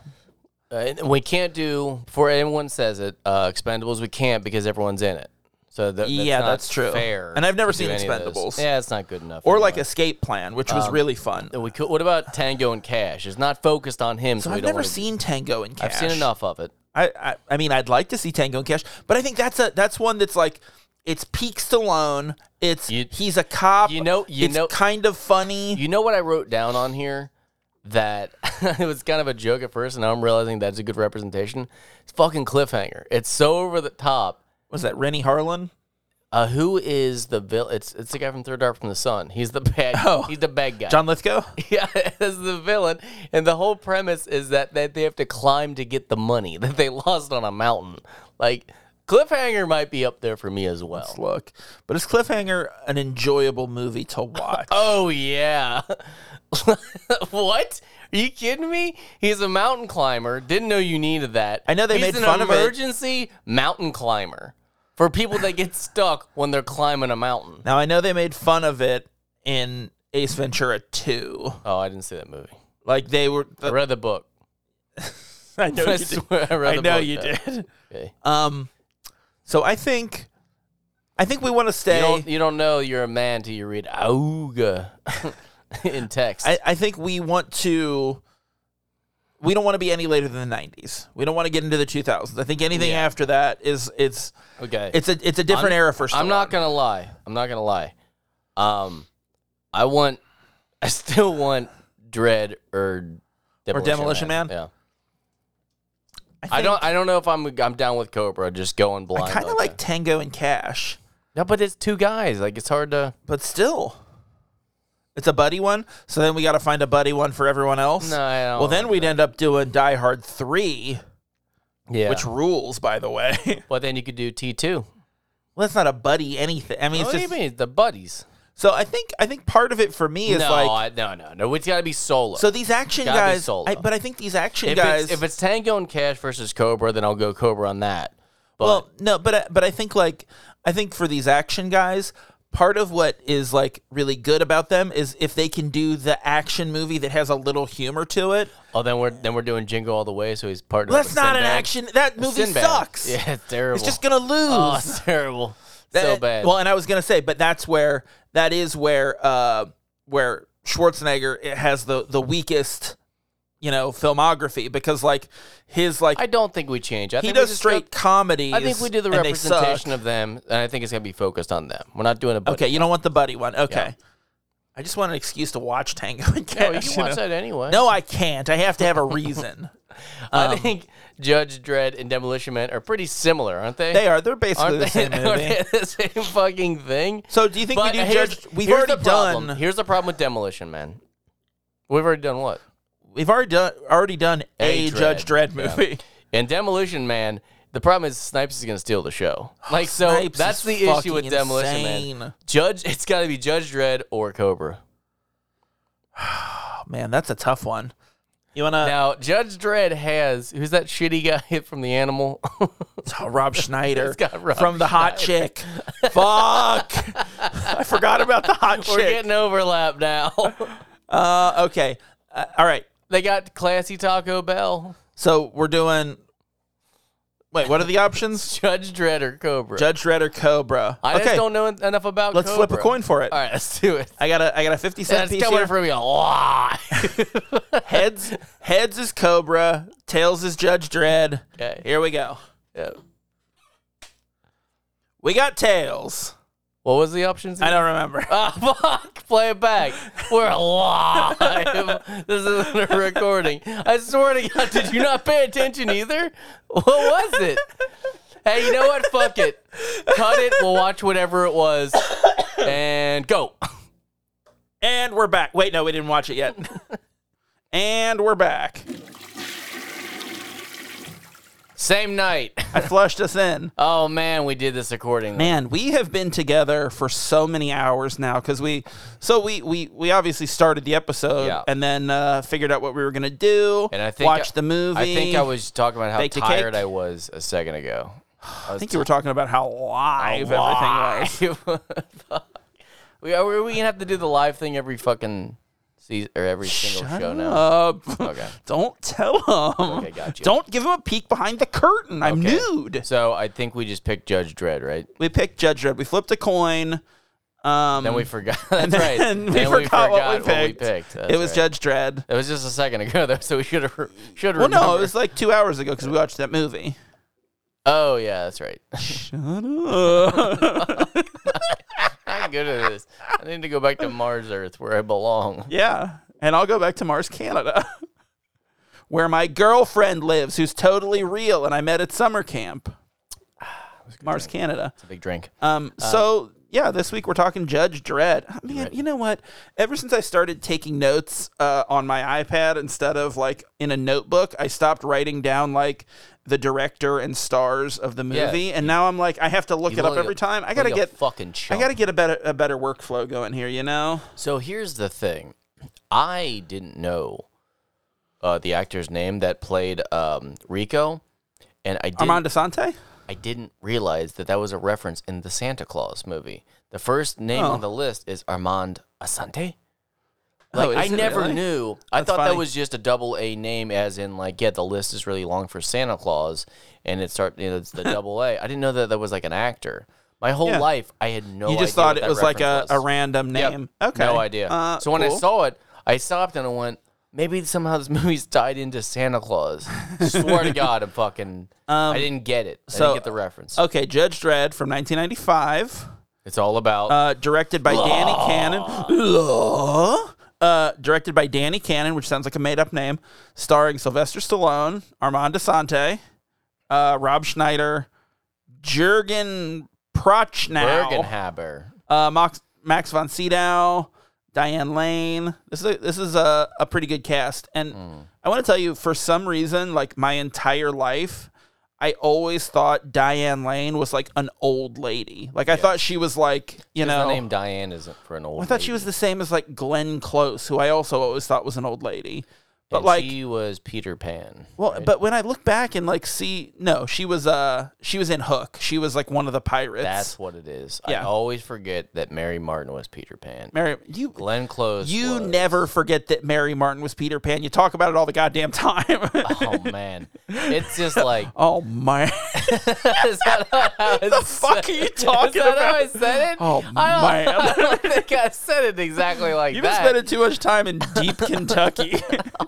Uh, and we can't do before anyone says it. Uh, Expendables, we can't because everyone's in it. So th- that's
Yeah,
not
that's true.
Fair,
And I've never
to do
seen
any of those.
Expendables.
Yeah, it's not good enough.
Or like Escape Plan, which
Um,
was really fun.
we could. What about Tango and Cash? It's not focused on him, so, we
I've
don't
never
wanna-
seen Tango and Cash.
I've seen enough of it.
I, I I mean I'd like to see Tango and Cash, but I think that's a that's one that's like it's peak Stallone. It's
You-
he's a cop.
you know- you
it's
know-
kind of funny.
You know what I wrote down on here? That it was kind of a joke at first, and now I'm realizing that's a good representation. It's fucking cliffhanger. It's so over the top.
was that Rennie Harlan?
Uh, who is the villain? It's it's the guy from Third Dark from the Sun. He's the bad.
Oh.
he's the bad guy.
John Lithgow?
Yeah, as the villain, and the whole premise is that that they have to climb to get the money that they lost on a mountain. Like cliffhanger might be up there for me as well.
Look, but is Cliffhanger an enjoyable movie to watch?
Oh yeah. what? Are you kidding me? He's a mountain climber. Didn't know you needed that.
I know they
He's
made
an
fun of it.
emergency mountain climber for people that get stuck when they're climbing a mountain.
Now I know they made fun of it in Ace Ventura 2.
Oh, I didn't see that movie.
Like they were.
I read the book.
I know
I swear I read
I
the
know
book,
you
though.
did.
Okay.
Um, so I think, I think we want to
You
stay.
don't, you don't know you're a man till you read Auga in text.
I, I think we want to. We don't want to be any later than the '90s. We don't want to get into the 2000s. I think anything
Yeah.
after that is it's
okay.
it's a it's a different
I'm-
era for. Stallone.
I'm not gonna lie. I'm not gonna lie. Um, I want. I still want Dread or Demolition,
Demolition Man?
Yeah.
think,
I don't. I don't know if I'm. I'm down with Cobra. Just going blind.
kind of like Tango and Cash,
that. No, but it's two guys. Like it's hard to.
but still, it's a buddy one. So then we got to find a buddy one for everyone else.
No, I don't
Well, then we'd end up doing Die Hard three,
Yeah.
which rules, by the way.
but then you could do T two.
well, that's not a buddy anything. I mean,
What
it's
do
just
you mean? The buddies.
So I think I think part of it for me is
no,
like
I, no, no, no. It's got to be solo.
so these action
Gotta be
guys,
solo.
I, but I think these action
if
guys.
it's, if it's Tango and Cash versus Cobra, then I'll go Cobra on that. But
well, no, but I- but I think like I think for these action guys, part of what is like really good about them is if they can do the action movie that has a little humor to it.
oh, then we're then we're doing Jingo all the way. So he's partnered.
That's
with
not an
Sinbad.
action. That movie
Sinbad.
sucks.
Yeah, it's terrible.
It's just gonna lose.
Oh, it's terrible. so
That-
bad.
Well, and I was gonna say, but that's where that is where uh where Schwarzenegger it has the the weakest, you know, filmography because like his like
I don't think we change. I
he
think we
does
just
straight comedy.
Go, I think we do the representation of them, and I think it's gonna be focused on them. We're not doing a buddy.
Okay, you don't want the buddy one. Okay. I just want an excuse to watch Tango and
No,
Cash.
Oh, you can
you
watch
know?
that anyway.
No, I can't. I have to have a reason.
I
Um,
think Judge Dredd and Demolition Man are pretty similar, aren't they?
they are. They're basically
Aren't
the
they,
same
are
movie.
they the same fucking thing?
So do you think we
But
do
here's-
Judge? We've
here's the
already
problem.
done.
Here's the problem with Demolition Man. We've already done what?
We've already done already done a,
A
Judge
Dredd.
Dredd
Yeah.
movie.
And Demolition Man, the problem is Snipes is going to steal the show. Like so,
Snipes
that's
is
the issue
fucking
with Demolition Man.
insane.
Judge, it's got to be Judge Dredd or Cobra.
Oh man, that's a tough one. You wanna?
Now Judge Dredd has who's that shitty guy from the Animal?
Oh, Rob Schneider
got Rob
from the Hot Chick. Fuck! I forgot about the Hot
We're
Chick.
getting overlap now.
Uh, okay, uh, all right.
they got classy Taco Bell,
So we're doing. Wait, what are the options?
Judge Dredd or Cobra.
Judge Dredd or Cobra?
I
okay,
just don't know en- enough about.
let's flip a
Cobra.
coin for it.
All right, let's do it.
I got a I got a fifty cent
That's
piece
coming
here.
from you. Why?
heads heads is Cobra, tails is Judge Dredd.
Okay.
Here we go.
Yeah.
We got tails.
What was the options?
I don't remember.
Oh, fuck. Play it back. We're live. this isn't a recording. I swear to God, did you not pay attention either? What was it? Hey, you know what? Fuck it. Cut it. We'll watch whatever it was. And go.
And we're back. Wait, no, we didn't watch it yet. and we're back.
Same night.
I flushed us in.
Oh, man, we did this accordingly.
Man, we have been together for so many hours now because we, so we we we obviously started the episode
Yeah.
and then uh, figured out what we were gonna do.
And I think
watched the movie.
I think I was talking about how
Baked a
tired
cake.
I was a second ago.
I think you were talking about how live everything was.
we are we gonna have to do the live thing every fucking season or every single
Shut
show now.
up.
Okay.
Don't tell him.
Okay, gotcha.
Don't give him a peek behind the curtain. I'm
Okay.
nude.
So I think we just picked Judge Dredd, right?
We picked Judge Dredd. We flipped a coin. Um,
Then we forgot. That's right.
then we forgot what we picked.
That's
it was
right.
Judge Dredd.
It was just a second ago though, so we should have should
Well,
have.
no, it was like two hours ago because we watched that movie.
Oh yeah, that's right.
Shut up.
I'm good at this. I need to go back to Mars Earth where I belong.
yeah, and I'll go back to Mars, Canada, where my girlfriend lives, who's totally real, and I met at summer camp. Ah, Mars, Canada.
It's a big drink.
Um, so yeah, this week we're talking Judge Dredd. Ah, Man, you know what? Ever since I started taking notes uh, on my iPad instead of like in a notebook, I stopped writing down like the director and stars of the
Yeah,
movie, and now I'm like, I have to look it up
look like
every
a-
time. I
look
gotta
like a
get,
fucking
I
chump.
gotta get a better, a better workflow going here. You know?
So here's the thing. I didn't know uh, the actor's name that played um, Rico, and I didn't,
Armand DeSante?
I didn't realize that that was a reference in the Santa Claus movie. The first name
Oh.
on the list is Armand Asante.
Oh,
Like
is
I
it
never
really?
knew. I
That's
thought
funny.
that was just a double A name, as in like yeah, the list is really long for Santa Claus, and it start you know, it's the double A. I didn't know that that was like an actor. My whole
Yeah.
life, I had no.
You just
idea
thought
what
it
that
was like a,
reference
a
was.
random
Yep.
name. Okay.
No idea.
Uh,
so when I
cool.
saw it, I stopped and I went, maybe somehow this movie's tied into Santa Claus. Swear to God, I'm fucking. I didn't get it.
Um,
I
so- uh,
didn't get the reference.
Okay, Judge Dredd from 1995.
it's all about.
uh, directed by Danny Cannon. Uh, directed by Danny Cannon, which sounds like a made-up name, starring Sylvester Stallone, Armand DeSante, uh, Rob Schneider, Jürgen Prochnow,
Bergenhaber.
uh, Max, Max von Sydow, Diane Lane. This is a, this is a, a pretty good cast, and I want to tell you, for some reason, like my entire life, I always thought Diane Lane was like an old lady. Like I thought she was like you know
The name Diane isn't for an old.
I thought she was the same as like Glenn Close, who I also always thought was an old lady. But like,
she was Peter Pan.
well, but when I look back and like see, no, she was uh, she was in Hook. She was like one of the pirates.
That's what it is.
Yeah.
I always forget that Mary Martin was Peter Pan.
Mary. You
Glenn Close.
you
was-
never forget that Mary Martin was Peter Pan. You talk about it all the goddamn time.
Oh man, it's just like
oh my!
Is that how the
fuck are you talking
is that How
about?
I said it.
Oh,
I don't,
man.
I don't think I said it exactly like
You've been
that.
spending too much time in deep Kentucky.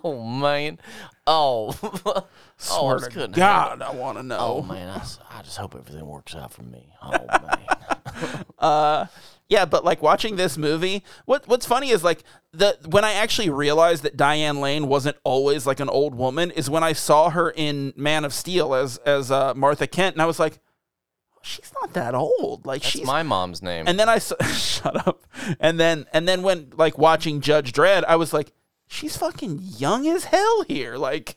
oh man. Oh. oh, I
Swear
just
to
couldn't handle it.
God, I want to
Oh
know.
man, I, s- I just hope everything works out for me. Oh man.
Yeah, but like watching this movie, what what's funny is like the when I actually realized that Diane Lane wasn't always like an old woman is when I saw her in Man of Steel as as uh, Martha Kent, and I was like, she's not that old. Like
That's
she's.
my mom's name.
and then I saw, shut up. And then and then when like watching Judge Dredd, I was like, she's fucking young as hell here. Like,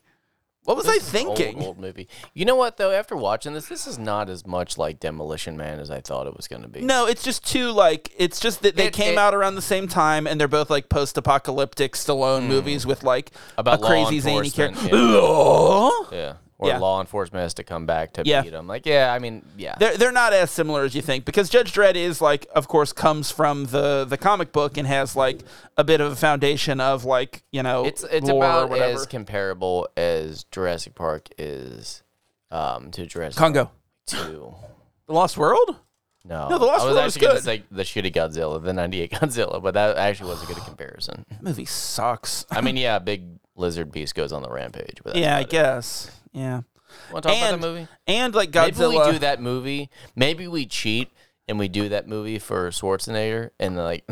what was I
This is an old,
thinking?
Old, movie. You know what though? After watching this, this is not as much like Demolition Man as I thought it was going to be.
No, it's just too like it's just that they
It-
came
it-
out around the same time, and they're both like post-apocalyptic Stallone movies with like
Hmm. About
a
law
crazy zany
enforcement,
character. Yeah.
Yeah. Or
Yeah.
law enforcement has to come back to
Yeah.
beat him. Like, yeah, I mean, yeah.
They're they're not as similar as you think because Judge Dredd is like, of course, comes from the the comic book and has like a bit of a foundation of like you know
It's it's
lore or
about
whatever.
as comparable as Jurassic Park is um, to Jurassic
Congo,
Park Two.
the Lost World.
No,
The Lost
I was
World was
actually gonna
good.
say the shitty Godzilla, the '98 Godzilla, but that actually was a good comparison.
That movie sucks.
I mean, yeah, a big lizard beast goes on the rampage. But that's
yeah, I
about it.
guess. Yeah,
Want to talk
and
about that movie?
and like
Maybe
Godzilla.
we do that movie. Maybe we cheat and we do that movie for Schwarzenegger, and like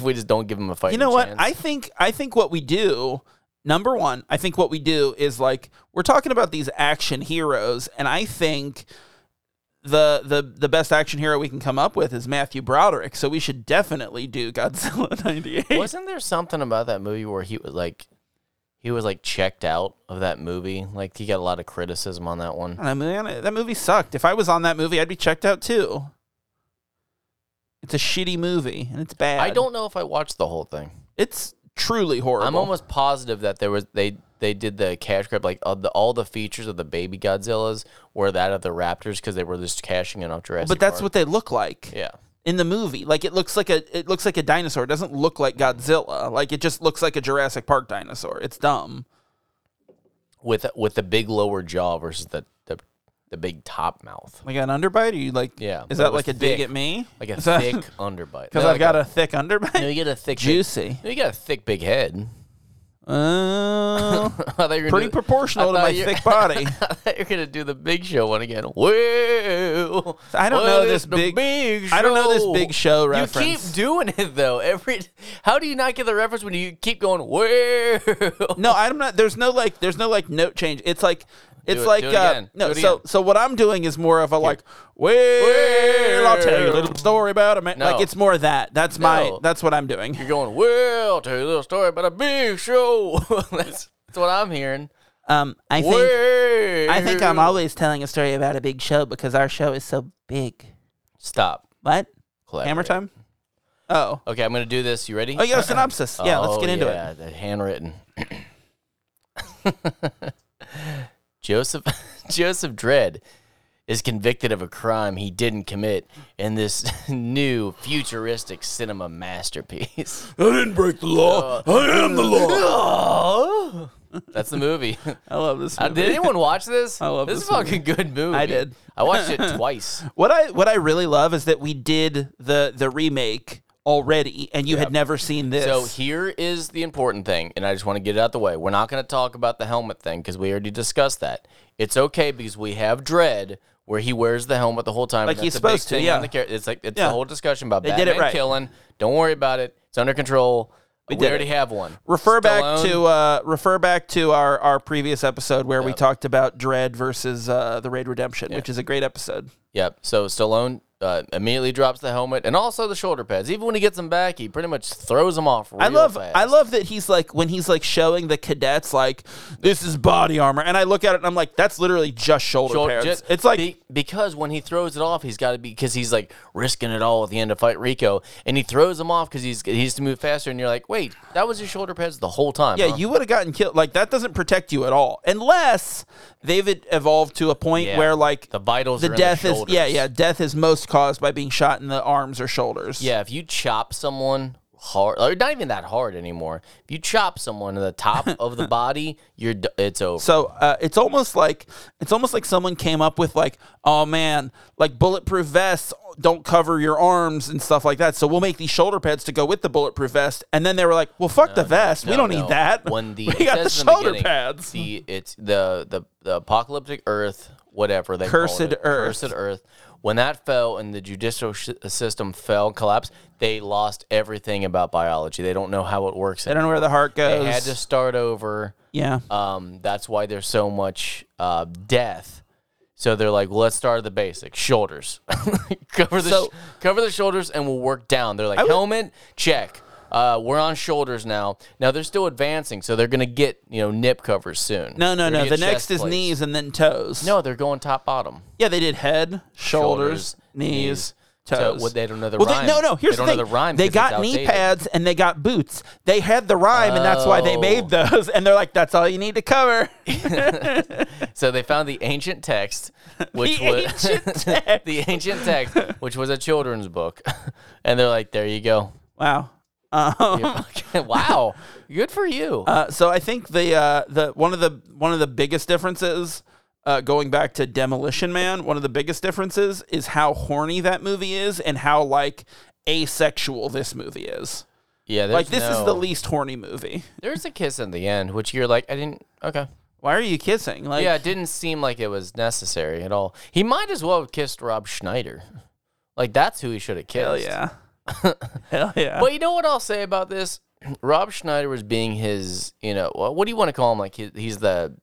we just don't give him a fight.
You know what? I think I think what we do number one, I think what we do is like we're talking about these action heroes, and I think the the the best action hero we can come up with is Matthew Broderick. So we should definitely do Godzilla '98.
Wasn't there something about that movie where he was like, he was like checked out of that movie? Like he got a lot of criticism on that one.
I don't know, man. That movie sucked. If I was on that movie, I'd be checked out too. It's a shitty movie and it's bad.
I don't know if I watched the whole thing.
It's truly horrible.
I'm almost positive that there was they they did the cash grab like of the, all the features of the baby Godzillas were that of the Raptors because they were just cashing in off Jurassic.
but that's
Park.
what they look like.
yeah.
in the movie. Like it looks like a it looks like a dinosaur. It doesn't look like Godzilla. Like it just looks like a Jurassic Park dinosaur. It's dumb.
With with the big lower jaw versus the the the big top mouth.
Like an underbite? Or you like?
Yeah,
Is
but it
that
was
like a
thick.
dig at me?
Like a
Is that-
thick underbite.
Because
No,
I've
like
got a thick underbite.
no, you get a thick, big-
Juicy.
no, you got a thick big head.
Uh,
I thought you were gonna
pretty
do-
proportional
I
to my
thought you-
thick body.
I thought you were gonna do the Big Show one again. Well,
I don't know
well,
this
it's the
big- I don't know this Big Show
You
reference.
keep doing it though. Every how do you not get the reference when you keep going? Well,
No, I'm not. There's no like. There's no like note change. It's like. It's
it-
like
do it
uh,
again.
no.
Do it
So
again.
so what I'm doing is more of a like. Well, I'll tell you a little story about a man.
No.
Like it's more that. That's my.
No.
That's what I'm doing.
you're going. Well, I'll tell you a little story about a Big Show. that's that's what I'm hearing.
Um, I think
Well,
I think I'm always telling a story about a big show because our show is so big.
stop.
What?
Collaborate.
Hammer time? Oh.
Okay, I'm gonna do this. You ready?
Oh, you got a synopsis. Yeah, let's
Oh,
get into
yeah,
it.
That handwritten. Joseph Joseph Dredd is convicted of a crime he didn't commit in this new futuristic cinema masterpiece.
I didn't break the law.
Oh.
I am the law.
That's the movie.
I love this.
Uh,
Movie.
did anyone watch this? I
love
this.
this
is a fucking good movie.
I did.
I watched it twice.
What I what I really love is that we did the the remake already, and you had never seen this.
So here is the important thing, and I just want to get it out the way. We're not going to talk about the helmet thing because we already discussed that. It's okay because we have Dread where he wears the helmet the whole time.
Like
and
he's
that's a big
supposed to,
thing
yeah.
on the char- it's like it's
Yeah.
the whole discussion about
did it
Batman
right.
killing. Don't worry about it. It's under control. We,
did
already have one.
refer back
Stallone-
to uh, refer back to our, our previous episode where we talked about Dread versus uh, the Raid Redemption, which is a great episode.
Yep. So Stallone uh, immediately drops the helmet and also the shoulder pads. Even when he gets them back, he pretty much throws them off. Real
I love
Fast.
I love that he's like when he's like showing the cadets like this is body armor, and I look at it and I'm like that's literally just shoulder,
Well,
pads.
just-
it's like
be- because when he throws it off, he's got to be because he's like risking it all at the end to fight Rico, and he throws him off because he's he needs to move faster. And you're like, wait, that was your shoulder pads the whole time.
Yeah,
huh?
you would have gotten killed. Like that doesn't protect you at all, unless they've e- evolved to a point
Yeah.
where like
The vitals
the
are in the
death is yeah,
shoulders.
yeah, death is most caused by being shot in the arms or shoulders.
yeah. If you chop someone hard, or not even that hard anymore, if you chop someone in the top of the body, you're d- it's over.
So uh, it's almost like it's almost like someone came up with like, oh man, like bulletproof vests don't cover your arms and stuff like that. So we'll make these shoulder pads to go with the bulletproof vest. And then they were like, well, fuck the vest. we
No,
don't
no.
need that.
When the
we
it
got the
says in the
shoulder
beginning,
pads.
The it's the the, the apocalyptic Earth, whatever they
Cursed
called it,
Earth.
cursed Earth. When that fell and the judicial sh- uh, system fell, collapsed, they lost everything about biology. They don't know how it works.
I don't know where the heart goes.
They had to start over.
yeah.
Um, that's why there's so much uh, death. So they're like, well, let's start at the basics. Shoulders, cover the
So-
sh- cover the shoulders, and we'll work down. They're like helmet check. Uh, we're on shoulders now. Now they're still advancing, so they're gonna get you know nip covers soon.
No, no,
They're
no.
gonna get
The
chest
next is
plates.
knees and then toes.
No, they're going top bottom.
Yeah, they did head, shoulders, knees,
So,
toes.
well, they don't know the
Well, they-
rhyme.
no, no. Here's
They don't
the
know
thing.
the rhyme
they
'cause it's
got knee
outdated.
pads and they got boots. They had the rhyme, and that's why they made
Oh.
those. And they're like, "That's all you need to cover."
So they found the ancient text, which
The
was
ancient text.
the ancient text, which was a children's book, and they're like, "There you go."
wow. Um,
wow, good for you.
uh, so I think the uh, the one of the one of the biggest differences. Uh, going back to Demolition Man, one of the biggest differences is how horny that movie is and how like asexual this movie is.
yeah,
Like this is the least horny movie.
There's a kiss in the end, which you're like, I didn't. Okay.
Why are you kissing? Like
Yeah, it didn't seem like it was necessary at all. He might as well have kissed Rob Schneider. Like that's who he should have kissed.
Hell yeah. Hell yeah.
But you know what I'll say about this? Rob Schneider was being his, you know, wha- what do you want to call him? Like he, he's the,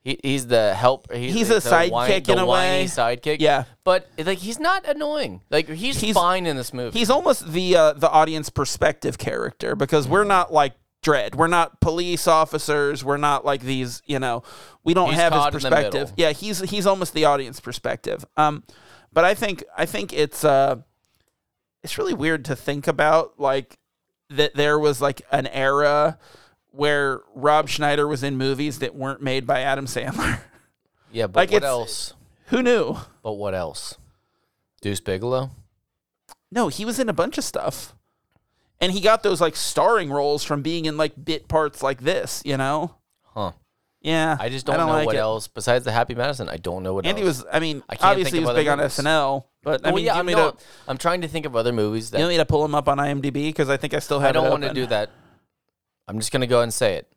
he, he's the help.
He's
the
a sidekick
whiny-
in
the
a
whiny
way.
Sidekick.
Yeah.
but like he's not annoying. Like he's,
He's-
fine in this movie.
He's almost the uh, the audience perspective character because we're not like dread. We're not police officers. We're not like these, you know, we don't
He's
have his
caught in the
perspective.
middle.
Yeah, he's he's almost the audience perspective. Um but I think I think it's uh it's really weird to think about like that there was like an era where Rob Schneider was in movies that weren't made by Adam Sandler.
yeah, but
like,
what
it's-
else?
Who knew?
But what else? Deuce Bigelow.
No, he was in a bunch of stuff. And he got those like starring roles from being in like bit parts like this, you know?
Huh.
Yeah,
I just don't, know
like
what
it.
else besides the Happy Madison. I don't know what
Andy
else.
was. I mean,
I can't
obviously
think
he
of
was
other
big on
movies.
SNL, but I
Well,
mean,
yeah, uh,
do you
I'm,
mean
not-
to,
I'm trying to think of other movies that
you want me to pull him up on IMDb because I think I still have.
I don't
it
want to
open.
do that. I'm just gonna go ahead and say it.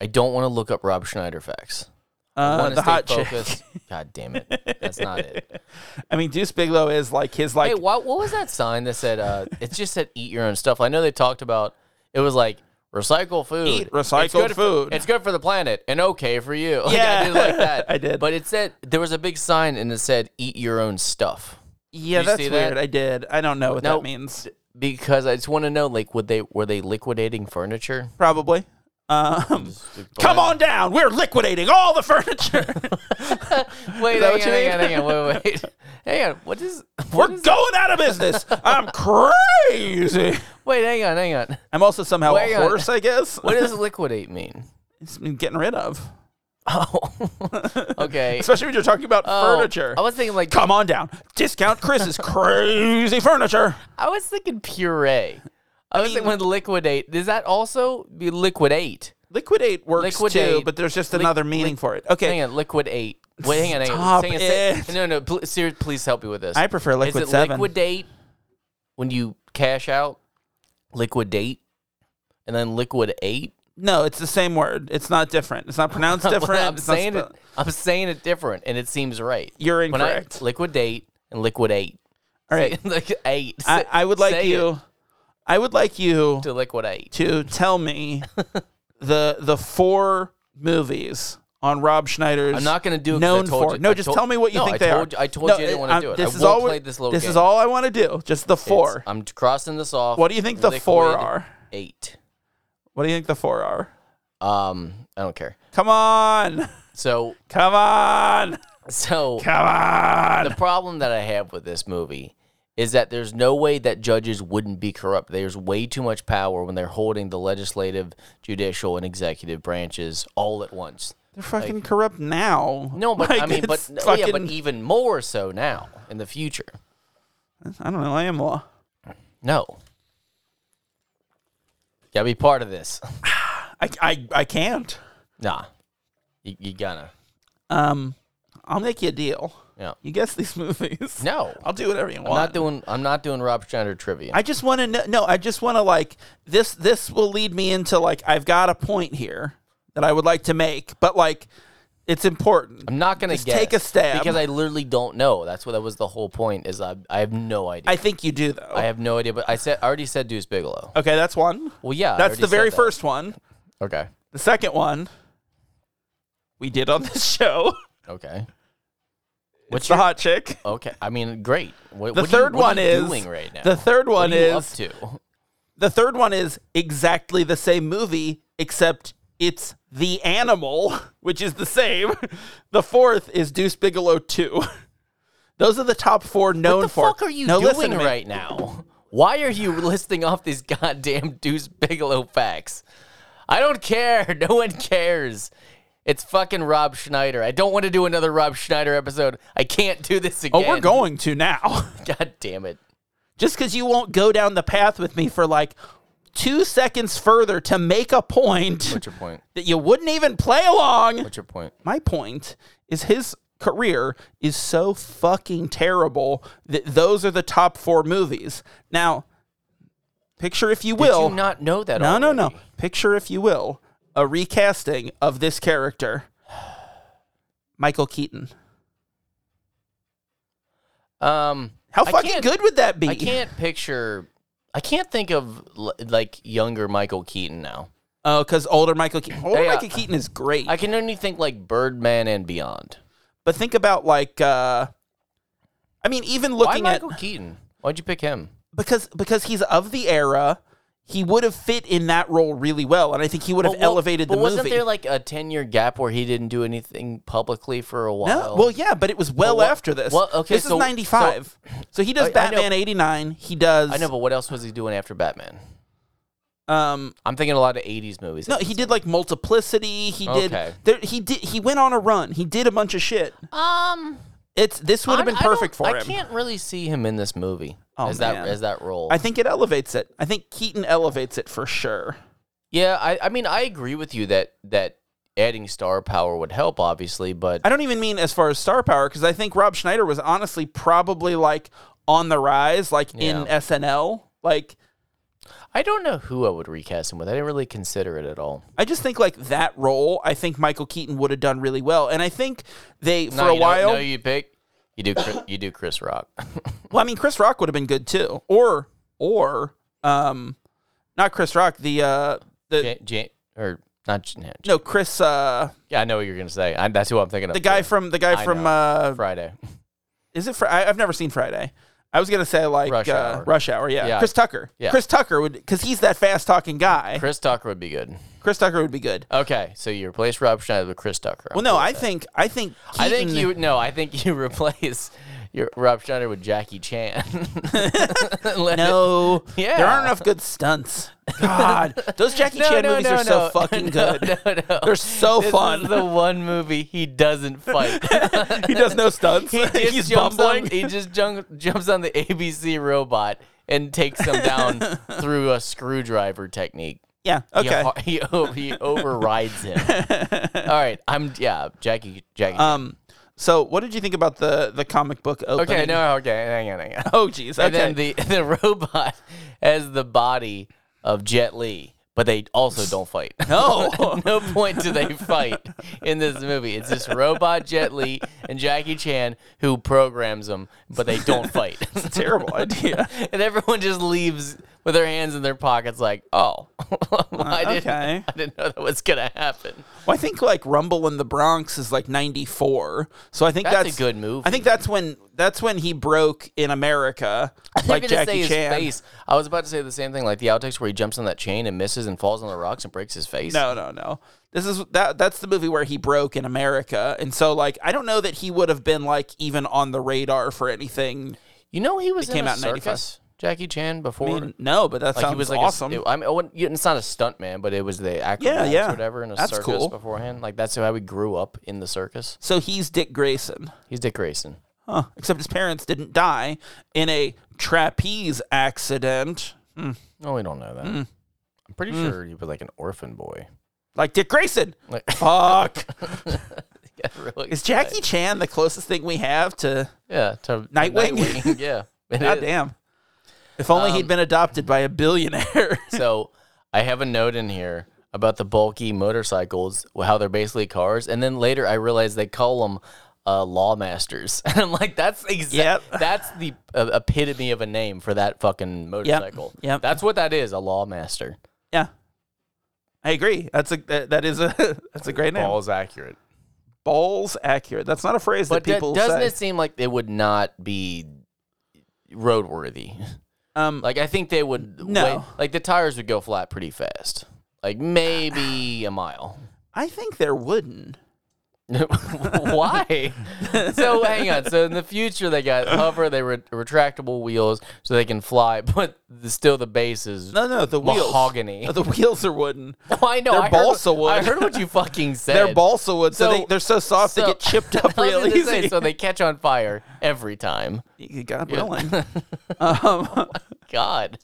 I don't want to look up Rob Schneider facts. I
Uh,
wanna
the
stay
hot chick.
focused. God damn it, that's not it.
I mean, Deuce Bigelow is like his like
hey, what what was that sign that said? Uh, it just said "Eat your own stuff." I know they talked about it was like recycle food,
Eat
It's
recycled
good for-
food.
it's good for the planet and okay for you. Like,
Yeah.
I did like that.
I did.
but it said there was a big sign and it said "Eat your own stuff."
yeah,
you
that's
see
weird.
that?
I did. I don't know what
No.
that means.
Because I just want to know, like, would they were they liquidating furniture?
Probably. Um, come on down. We're liquidating all the furniture.
Wait,
that what
hang on,
you
hang on,
mean?
hang on, wait, wait. Hang on. What is
We're going out of business. I'm crazy.
wait, hang on, hang on.
I'm also somehow
Wait,
a
uh,
horse, I guess.
What does liquidate mean?
It's been getting rid of,
Oh okay.
especially when you're talking about
Oh,
furniture.
I was thinking like
Come on down. Discount Chris's crazy furniture.
I was thinking puree. I, was
mean-
thinking with liquidate. Does that also be liquidate?
Liquidate works too,
Liquidate.
but there's just another meaning for it. Okay,
Hang on, liquidate. Wait, hang on, hang
Stop
on. Hang on,
it.
no, no, pl- sir, please help me with this.
I prefer Liquid
Is it
Seven.
liquidate when you cash out? Liquidate and then liquid eight?
No, it's the same word. It's not different. It's not pronounced
Well,
different.
I'm
It's not
saying it.
spe-
I'm saying it different, and it seems right.
You're
When I-
incorrect.
liquidate and liquidate.
All right.
like eight.
I, I would like
Say it
you. I would like you
to liquidate.
to tell me the the four movies on Rob Schneider's.
I'm not going to do it. 'cause I
known
told
for.
you-
No,
I
just
told-
tell me what you
no,
think
I
they
told
are.
you- I told
No,
you I didn't want
I'm-
to do it.
This
I
is
will
all.
play this little
this
game.
is all I want to do. Just the four.
It's- uh, I'm crossing this off.
What do you think the four are?
Eight.
What do you think the four are?
Um, I don't care.
Come on,
So,
come on,
so
come
the
on.
problem that I have with this movie is that there's no way that judges wouldn't be corrupt. There's way too much power when they're holding the legislative, judicial, and executive branches all at once.
They're fucking corrupt now.
No, but
Like,
I mean, but
it's
no,
fucking,
yeah, but e even more so now in the future.
I don't know. I am law.
No, gotta be part of this.
I, I, I can't.
Nah, you, you gotta
Um, I'll make you a deal.
no
You guess these movies.
no.
I'll do whatever you
I'm
want.
not doing. I'm not doing Rob Schneider trivia.
I just want to know. No, I just want to like this. This will lead me into like I've got a point here that I would like to make, but like it's important.
I'm not gonna
Just
guess
take a stab.
because I literally don't know. That's what that was the whole point. Is I I have no idea.
I think you do though.
I, have no idea. But I said I already said Deuce Bigelow.
okay, that's one.
Well, yeah, I
That's
already
the
said
very
that.
first one.
Okay,
The second one we did on this show.
okay. What's
It's the
your
hot chick.
okay? I mean, great. What,
The
what
third
are you, what
one
are you
is
doing right now.
The third one
what are you up
is
to.
the third one is exactly the same movie except it's the animal, which is the same. The fourth is Deuce Bigelow two. Those are the top four known
What the
for.
fuck are you
No, listen
doing
to me.
right now? Why are you listing off these goddamn Deuce Bigelow facts? I don't care. No one cares. It's fucking Rob Schneider. I don't want to do another Rob Schneider episode. I can't do this
Oh,
again.
we're going to now.
God damn it.
Just because you won't go down the path with me for like two seconds further to make a point
What's your point?
that you wouldn't even play along.
What's your point?
my point is his career is so fucking terrible that those are the top four movies. Now, picture if you
Did
will.
you not know that?
no, no, no.
already?
Picture if you will a recasting of this character, Michael Keaton.
Um,
How
I
fucking
can't-
good would that be?
I can't picture. I can't think of l- like younger Michael Keaton now.
Oh, because older Michael Keaton. Older
Hey, uh,
Michael Keaton is great.
I can only think like Birdman and beyond.
but think about like, uh, I mean, even
Why
looking at
Michael Keaton? Why'd you pick him?
because because he's of the era, he would have fit in that role really well, and I think he would have
Well,
elevated
but
the
wasn't
movie.
there like a ten year gap where he didn't do anything publicly for a
No,
while?
well, yeah, but it was well
Well, what-
after this.
well, okay,
this
so-
is '95, so, he does
I- I know-
Batman '89. He does.
I know, but what else was he doing after Batman?
Um,
I'm thinking a lot of '80s movies.
no, he did like Multiplicity. He did.
Okay.
There, he did. He went on a run. He did a bunch of shit.
um,
It's this would have been perfect for
I
him.
can't really see him in this movie
Oh,
as
man.
that as that role.
I think it elevates it. I think Keaton elevates it for sure.
yeah, I, I mean, I agree with you that that adding star power would help, obviously, but
I don't even mean as far as star power because I think Rob Schneider was honestly probably like on the rise, like in
Yeah.
SNL. Like
I don't know who I would recast him with. I didn't really consider it at all.
I just think like that role, I think Michael Keaton would have done really well, and I think they for
No,
a
you don't-
while.
no, you pick. You do. Chris- You do Chris Rock.
Well, I mean, Chris Rock would have been good too, or or um, not Chris Rock, the uh, the
Jan, Jan, or not? Jan, Jan-
no Chris uh,
Yeah, I know what you're gonna say. I, that's who I'm thinking of.
the guy from the guy
I
from
know.
uh,
Friday.
is it Fri I, I've never seen Friday. I was gonna say like
Rush
uh,
Hour.
Rush Hour, yeah.
Yeah.
Chris Tucker,
Yeah.
Chris Tucker would because he's that fast talking guy.
Chris Tucker would be good.
Chris Tucker would be good.
Okay, so you replace Rob Schneider with Chris Tucker.
Well, no, I think I think
I think
Keaton-
you no. I think you replace your Rob Schneider with Jackie Chan. Let it-
No,
Yeah.
there aren't enough good stunts. God, those Jackie Chan movies are so fucking
No,
good.
no, no.
They're so
This is
fun.
the one movie he doesn't fight.
he does no stunts.
just
He's
jumps
bumbling.
On, he just jump, jumps on the ABC robot and takes him down through a screwdriver technique.
yeah,
He
okay.
har- He, o- he overrides him. All right, I'm yeah, Jackie Jackie.
Um, so what did you think about the the comic book opening?
okay, no, okay, hang on, hang on.
Oh, jeez. Okay.
And then the the robot has the body of Jet Li, but they also don't fight.
No.
no point do they fight in this movie. It's this robot Jet Li and Jackie Chan who programs them, but they don't fight.
terrible idea.
and everyone just leaves with their hands in their pockets, like, oh, I didn't,
okay.
I didn't know that was gonna happen.
Well, I think like Rumble in the Bronx is like '94, so I think
That's a
that's,
good movie.
I think that's when that's when he broke in America, like
You're gonna
Jackie
say
Chan.
His face. I was about to say the same thing, like the outtakes where he jumps on that chain and misses and falls on the rocks and breaks his face.
No, no, no. This is that that's the movie where he broke in America, and so like I don't know that he would have been like even on the radar for anything.
You know he was in
came
a
out in 95.
circus, Jackie Chan before.
I mean, no, but that sounds
he was like
awesome.
A, it, I mean, it wasn't- it's not a stunt man, but it was the acrobats
yeah.
or whatever in a
That's
circus
cool.
beforehand. Like that's how he grew up in the circus.
so he's Dick Grayson.
He's Dick Grayson.
Huh. Except his parents didn't die in a trapeze accident.
No, Oh, we don't know that.
Mm.
I'm pretty sure he was like an orphan boy.
Like Dick Grayson.
Like,
Fuck.
yeah, really
Is Jackie Chan the closest thing we have to
Yeah, to
Nightwing?
Nightwing, yeah. Um, It is.
Goddamn. If only he'd been adopted by a billionaire.
So I have a note in here about the bulky motorcycles, how they're basically cars, and then later I realized they call them uh, lawmasters, and I'm like, that's exactly
Yep.
that's the uh, epitome of a name for that fucking motorcycle.
Yep.
that's what that is, a lawmaster.
yeah. I agree. That's a that, that is a that's a great name. Balls,
accurate,
accurate. That's not a phrase that
but that-
people
doesn't
say.
it seem like it would not be roadworthy?
um
Like I think they would
No.
wait- like the tires would go flat pretty fast, like maybe a mile.
I think there wouldn't.
Why? so hang on. So in the future, they got hover, they re- retractable wheels, so they can fly, but the, still the base is.
No, no, the wheels.
Mahogany.
The wheels are wooden.
I know.
They're
I heard,
balsa wood.
I heard what you fucking said.
They're balsa wood, so,
So-
they, they're so soft
so-
they get chipped up
I was
real
gonna
easy.
say, so they catch on fire every time.
God willing. um,
God.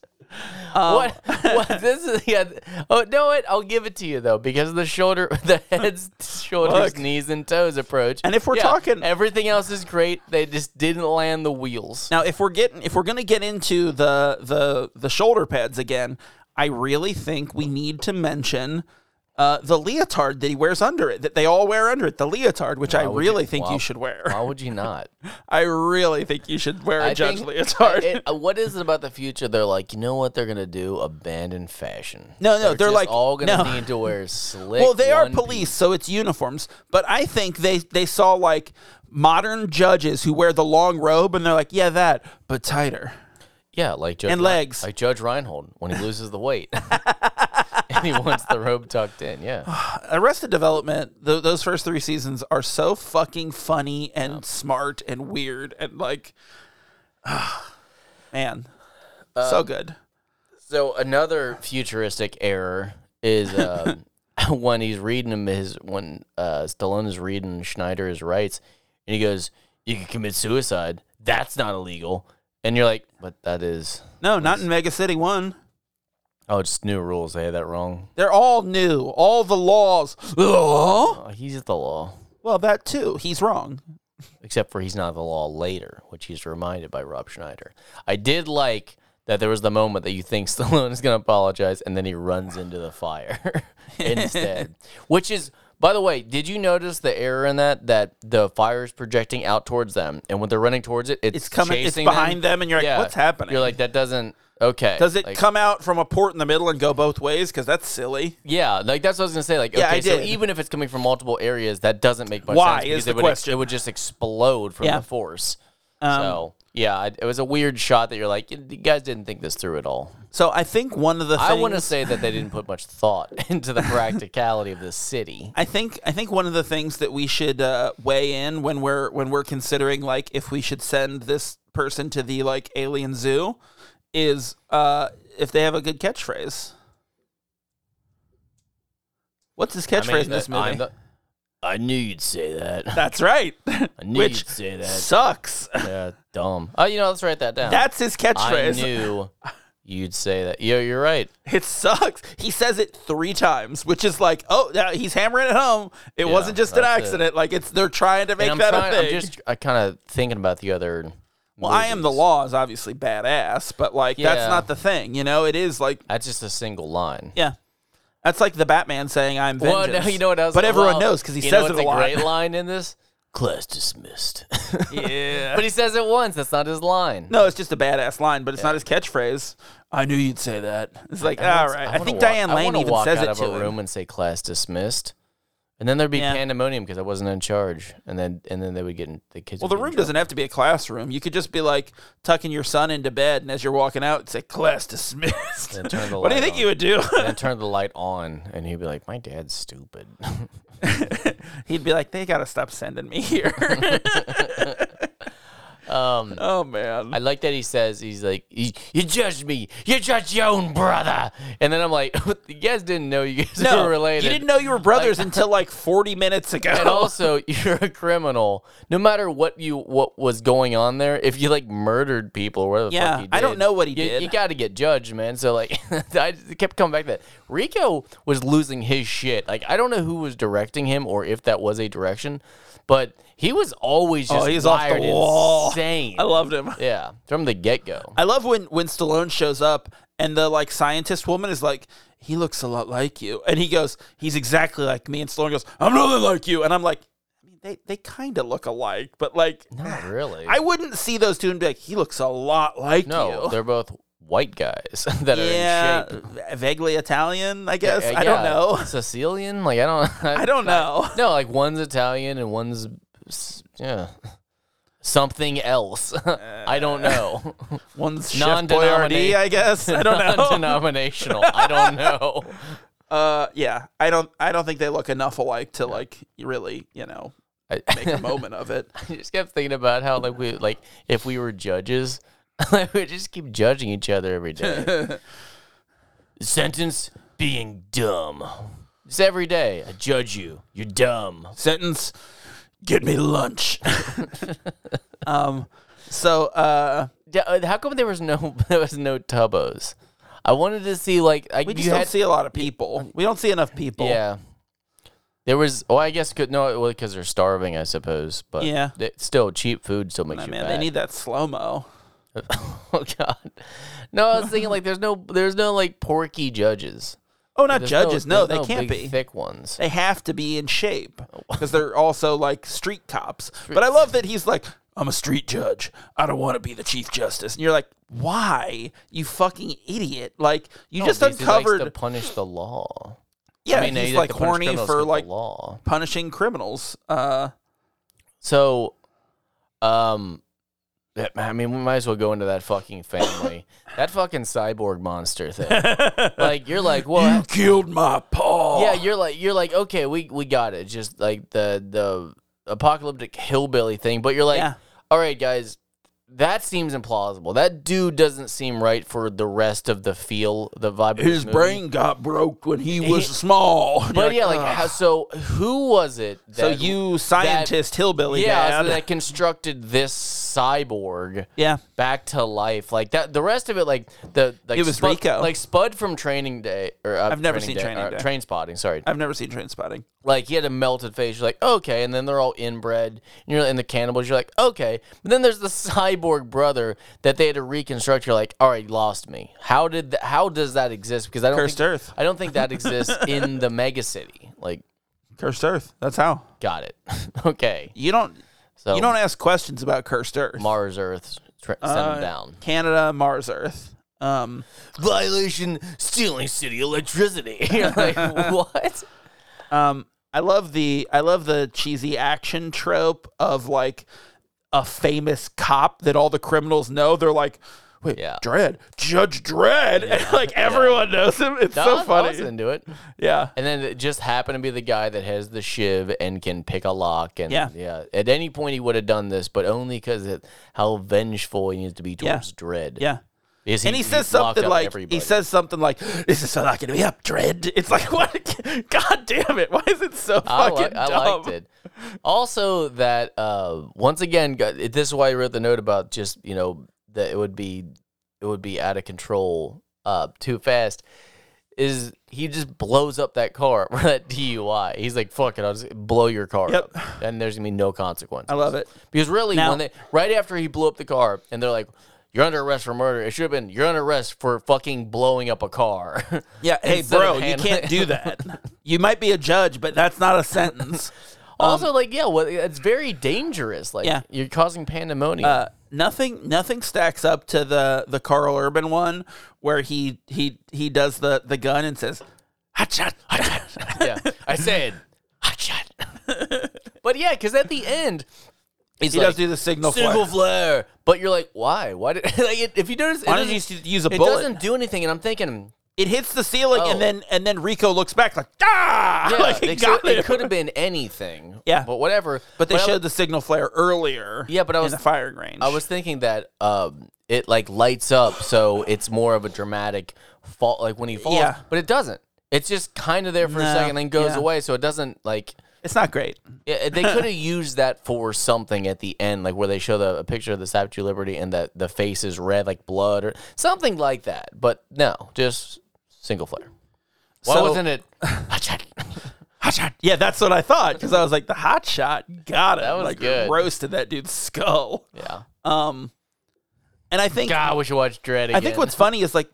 what? What? This is yeah. Oh no! What? I'll give it to you though, because the shoulder, the heads, shoulders,
Look.
knees, and toes approach.
And if we're
Yeah,
talking-
everything else is great. They just didn't land the wheels.
now, if we're getting, if we're gonna get into the the the shoulder pads again, I really think we need to mention uh, the leotard that he wears under it, that they all wear under it, the leotard, which I
would
really
you-
think
why-
you should wear.
Why would you not?
I really think you should wear a
I
judge
think-
leotard.
it- uh, what is it about the future? They're like, you know what they're gonna do? Abandon fashion.
No, no, they're
just
like-
all gonna
no.
need to wear slick.
well, they are
one
police, so it's uniforms. But I think they they saw like modern judges who wear the long robe, and they're like, yeah, that, but tighter.
piece- Yeah, like Judge
and
Rein-
legs.
like Judge Reinhold when he loses the weight, and he wants the robe tucked in. Yeah,
Arrested Development, th- those first three seasons are so fucking funny and smart and weird and like, man, so
Um,
good.
So another futuristic error is um, when he's reading him his when uh, Stallone is reading Schneider his rights, and he goes, "You can commit suicide. That's not illegal." And you're like, "But that is."
No, not in Mega City One.
Oh, it's new rules. They had that wrong.
They're all new. All the laws. Ugh.
Oh, he's at the law,
Well, that too. He's wrong.
except for he's not at the law later, which he's reminded by Rob Schneider. I did like that there was the moment that you think Stallone is going to apologize, and then he runs into the fire instead. Which is, by the way, did you notice the error in that? That the fire is projecting out towards them, and when they're running towards it, it's,
It's coming. It's
chasing
behind them, and you're like,
Yeah.
"What's happening?"
You're like, that doesn't. Okay.
"Does it
Like,
come out from a port in the middle and go both ways?" Because that's silly.
Yeah, like that's what I was gonna say. Like,
Yeah, I
okay, so
did.
even if it's coming from multiple areas, that doesn't make much
Why
sense.
is
because
the
it would ex-
question.
it would just explode from
Yeah.
the force. so yeah, I- it was a weird shot that you're like, you you guys didn't think this through at all.
So I think one of the things
I want to say that they didn't put much thought into the practicality of this city.
I think I think one of the things that we should uh, weigh in when we're when we're considering like if we should send this person to the like alien zoo is uh, if they have a good catchphrase. What's his
I
catchphrase
mean,
in this
uh, I'm
movie?
the- I knew you'd say that.
That's right.
I knew
Which
you'd say that.
sucks.
Yeah, dumb. Oh, you know, let's write that down.
That's his
I
catchphrase.
knew you'd say that. Yeah, you're right.
It sucks. He says it three times, which is like, oh, yeah, he's hammering it home. It wasn't just an
that's it.
accident. Like it's they're trying to make
And I'm,
that
trying,
a
I'm
thing.
just I kind of thinking about the other.
Well, I am the law is obviously badass, but like
Yeah.
that's not the thing, you know. It is like
That's just a single line.
yeah, that's like the Batman saying I'm vengeance.
Well, no, you know what else?
But everyone
well,
knows because he
you know
says it
what's
a lot.
great line in this. Class dismissed.
yeah.
but he says it once. That's not his line.
No, it's just a badass line, but it's not his catchphrase. I knew you'd say that. It's like all right. I,
wanna
think
walk-
Diane
I
Lane
wanna
even
walk
says
out
it
of
to
a
him.
room and say class dismissed, and then there'd be
Yeah.
pandemonium because I wasn't in charge, and then and then they would get in, the kids.
Well,
would
the
get in
room
trouble.
doesn't have to be a classroom. You could just be like tucking your son into bed, and as you're walking out, say "class dismissed."
And turn the
what do you
light
think
on.
you would do?
And then turn the light on, and he'd be like, "My dad's stupid."
He'd be like, "They gotta stop sending me here."
um,
oh man.
I like that he says he's like, "You you judged me. You judged your own brother," and then I'm like, "You guys didn't know you guys
no,
were related."
You didn't know you were brothers until like 40 minutes ago.
and also you're a criminal. No matter what you what was going on there, if you like murdered people or whatever. the
Yeah,
fuck you
I don't
did,
know what he
you,
did.
You got to get judged, man. So like, I just kept coming back to that Rico was losing his shit. Like I don't know who was directing him or if that was a direction, but he was always just
oh, he's off
wired
the wall.
insane.
I loved him.
yeah, from the get go.
I love when when Stallone shows up and the like scientist woman is like, he looks a lot like you, and he goes, he's exactly like me, and Stallone goes, I'm nothing like you, and I'm like, I mean, they they kind of look alike, but like,
Not really.
I wouldn't see those two and be like, he looks a lot like
no,
you.
they're both white guys that are in shape.
yeah, vaguely Italian, I guess. I don't
yeah,
know.
Sicilian? Like I don't.
I don't know.
No, like one's Italian and one's s- yeah, something else. I don't
Uh,
know.
One's Chef
Non-denominate-
Boyardee, I guess. I don't know.
Denominational. I don't know.
Uh, yeah, I don't, I don't think they look enough alike to like really, you know,
I,
make a moment of it.
I just kept thinking about how like we like if we were judges, like we just keep judging each other every day. Sentence being dumb. It's every day. I judge you. You're dumb.
Sentence: Get me lunch. um, so uh,
D- uh, How come there was no there was no tubos? I wanted to see like I,
we just
you
don't
had
see a lot of people. We don't see enough people.
Yeah. There was, oh, I guess, could, no, well, because they're starving, I suppose. But
Yeah.
th- still, cheap food still makes
I
you
mean,
fat.
they need that slow mo.
oh God, no, I was thinking like there's no, there's no like porky judges.
Oh, not
There's
judges. No,
there's
they can't
big,
be.
thick ones.
They have to be in shape
Oh.
because they're also like street cops. But I love that he's like, I'm a street judge. I don't want to be the chief justice. And you're like, why? You fucking idiot! Like you just
Oh, Because he likes
uncovered.
to punish the law.
yeah,
I mean,
he's
he
like
to punish
horny
criminals
for
with the
like
law.
punishing criminals. Uh,
So, um, that- I mean, we might as well go into that fucking family. that fucking cyborg monster thing. like you're like, well,
you killed my paw.
Yeah, you're like you're like okay, we we got it. Just like the the apocalyptic hillbilly thing, but you're like,
Yeah.
all right, guys, that seems implausible. That dude doesn't seem right for the rest of the feel, the vibe. of this
His
movie.
brain got broke when he was small.
But yeah,
You're
like "Oh,
"Ugh."
how, so, who was it? That,
so you scientist hillbilly
yeah,
dad.
so that constructed this cyborg
yeah.
back to life like that. The rest of it, like the like
It was
Spud,
Rico.
like Spud from Training Day, or uh,
I've never seen Training
or
Day.
Train Spotting. Sorry,
I've never seen train spotting.
like he had a melted face. You're like, okay, and then they're all inbred. And you're in the cannibals. You're like, okay, but then there's the cyborg brother that they had to reconstruct. You're like, all right, you lost me. How did th- how does that exist? Because I don't
Cursed
think,
Earth.
I don't think that exists in the mega city. Like,
Cursed Earth. That's how.
got it. okay,
You don't
so
you don't ask questions about cursed Earth.
Mars Earth tra- send
Uh,
them down.
Canada, Mars Earth. Um
Violation stealing city electricity. you're like, what?
Um, I love the I love the cheesy action trope of like a famous cop that all the criminals know. They're like, wait,
Yeah.
Dredd, Judge Dredd, and like everyone knows him. It's so funny.
I was into it.
Yeah,
And then it just happened to be the guy that has the shiv and can pick a lock. And
Yeah.
At any point, he would have done this, but only because how vengeful he needs to be
Yeah.
towards Dread.
yeah.
Is
And he says
lock
something
up
like
everybody.
he says something like, "This is not going to be up, Dredd." It's like, what? God damn it! Why is it so
Oh, I,
fucking
li- I
dumb?
liked it. Also, that uh, once again, gu- this is why I wrote the note about just you know that it would be it would be out of control uh, too fast. Is he just blows up that car for that DUI? He's like, "Fuck it, I'll just blow your car
Yep.
up," and there's gonna be no consequence.
I love it.
Because really,
Now-
when they right after he blew up the car, and they're like, "You're under arrest for murder," it should have been, "You're under arrest for fucking blowing up a car."
Yeah, hey,
Instead of
bro, you
handling-
can't do that. You might be a judge, but that's not a sentence.
also, like, yeah, well, it's very dangerous. Like,
um, Yeah.
you're causing pandemonium.
Uh, nothing nothing stacks up to the the Carl Urban one where he he he does the the gun and says hot shot hot shot
yeah, I said, hot shot. but yeah, because at the end, he's
he
like,
does do the signal,
single
flare.
flare. But you're like, why? Why did like it, if you notice? It
Why don't
doesn't,
you just use a
it
bullet?
doesn't do anything, and I'm thinking.
It hits the ceiling
Oh.
and then and then Rico looks back like ah
Yeah,
like he
they
got
could- it
him.
could have been anything.
Yeah.
but whatever.
But they
I-
showed the signal flare earlier.
Yeah, but I was-
in the firing range.
I was thinking that um, it like lights up, so it's more of a dramatic fall, like when he falls.
Yeah.
But it doesn't. It's just kind of there for a
No,
second, then goes
yeah.
away. So it doesn't like.
It's not great.
Yeah, they could have used that for something at the end, like where they show the a picture of the Statue of Liberty and that the face is red, like blood or something like that. But no, just single flare. Why
So-
wasn't it? that
Hot shot. Yeah, that's what I thought because I was like the hot shot got him.
was
like
good.
roasted that dude's skull.
Yeah.
Um, and I think
God, I wish I watched Dread again.
I think what's funny is like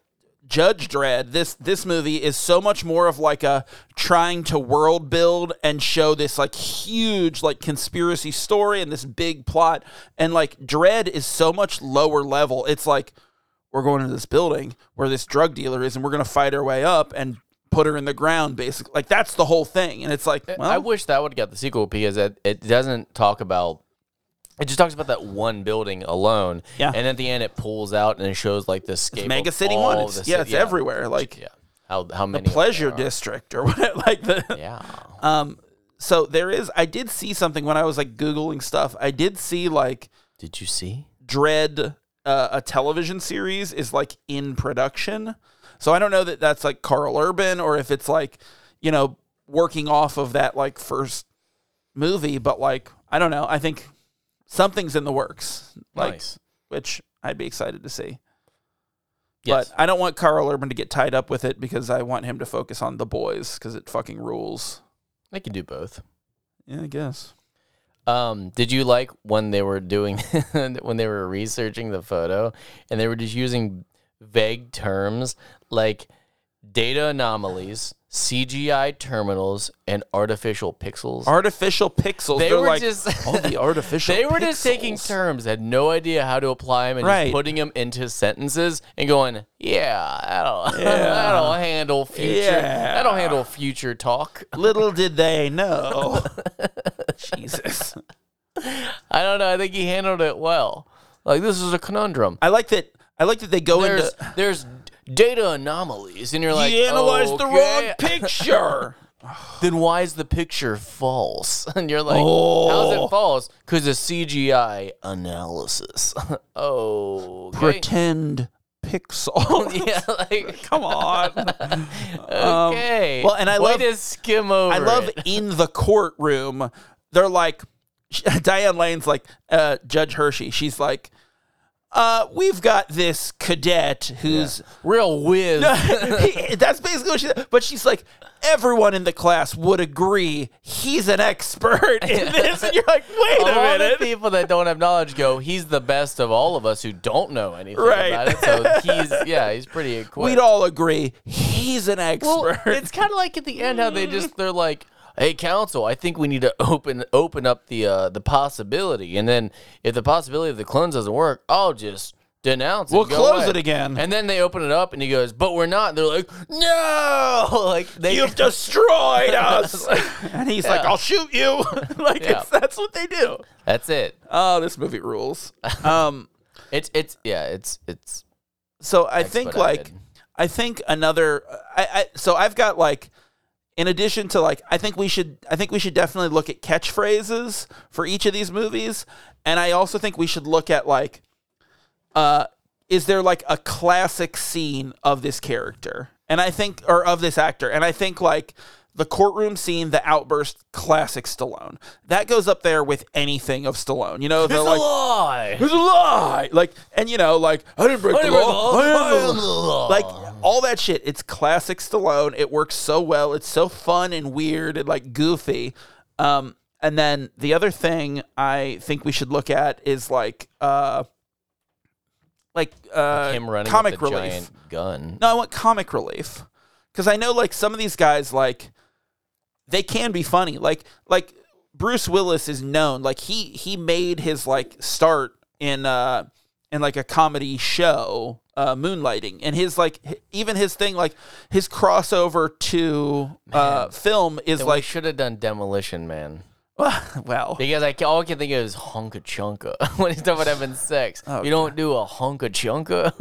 Judge Dredd. This this movie is so much more of like a trying to world build and show this like huge like conspiracy story and this big plot. And like Dredd is so much lower level. It's like we're going to this building where this drug dealer is, and we're gonna fight our way up and put her in the ground. Basically, like that's the whole thing. And it's like well,
I wish that would have got the sequel because it, it doesn't talk about. It just talks about that one building alone.
Yeah.
And at the end, it pulls out and it shows like the scape.
Mega
of
City
all
One.
the
It's,
ci-
yeah, it's everywhere. Like
Yeah. How how many? of them
Pleasure
there are.
District or what? Like the
Yeah.
Um, so there is. I did see something when I was like googling stuff. I did see like
Did you see?
Dread, uh, a television series, is like in production. So I don't know that that's like Carl Urban or if it's like, you know, working off of that like first movie. But like, I don't know. I think something's in the works. Like,
nice.
which I'd be excited to see.
Yes.
But I don't want Carl Urban to get tied up with it because I want him to focus on the boys because it fucking rules.
I can do both.
Yeah, I guess.
Um, did you like when they were doing when they were researching the photo and they were just using vague terms like data anomalies, CGI terminals, and artificial pixels?
artificial pixels.
They
They are
were
like
just-
all the artificial.
they were just taking
pixels."
terms, had no idea how to apply them, and
Right.
just putting them into sentences and going, "Yeah, that'll that'll handle future.
Yeah.
That'll handle future talk."
Little did they know. Jesus,
I don't know. I think he handled it well. Like this is a conundrum.
I like that. I like that they go
there's
into.
there's data anomalies, and you're like,
you analyzed the wrong
"Okay."
picture.
then why is the picture false? And you're like, how's
Oh.
it false? Because it's CGI analysis. oh,
Pretend Pixar.
yeah, like
Come on.
okay.
well, and I
Way
love-
to skim over.
I love
it.
in the courtroom. They're like Diane Lane's like uh, Judge Hershey. She's like, uh, we've got this cadet who's
real whiz.
He- that's basically what she said. But she's like, everyone in the class would agree he's an expert in this. And you're like, wait
a
a
lot of
minute.
people that don't have knowledge go, he's the best of all of us who don't know anything
Right.
about it. So he's yeah, he's pretty equipped.
We'd all agree he's an
Well,
expert.
it's kind of like at the end how they just they're like, "Hey, council, I think we need to open open up the uh, the possibility." And then if the possibility of the cleanse doesn't work, I'll just denounce it.
We'll
and go
close
away."
it again.
And then they open it up, and he goes, "But we're not." And they're like, "No!" Like they
You've destroyed us. and he's like,
Yeah.
I'll shoot you. like,
Yeah.
it's, that's what they do.
that's it.
Oh, this movie rules. Um,
It's it's yeah it's it's
so I think like
Expedited.
I think another I, I so I've got like in addition to like I think we should I think we should definitely look at catchphrases for each of these movies and I also think we should look at like uh is there like a classic scene of this character and I think or of this actor and I think like the courtroom scene, the outburst, classic Stallone. That goes up there with anything of Stallone. You know, the like
lie.
It's a lie. Like, and you know, like I didn't break
I
the
didn't break
law.
the law.
I am
I
the
am the
law.
law.
Like all that shit. It's classic Stallone. It works so well. It's so fun and weird and like goofy. Um, and then the other thing I think we should look at is like, uh, like uh,
Him running
comic
with a
relief.
giant gun.
No, I want comic relief because I know like some of these guys like they can be funny. Like like Bruce Willis is known like he he made his like start in uh in like a comedy show uh moonlighting and his like h- even his thing like his crossover to uh film is
Then we
like
should have done Demolition Man.
well
Because I ca- all I can think of is hunka chunka when he's talking about having sex.
Oh,
you don't do a hunka chunka.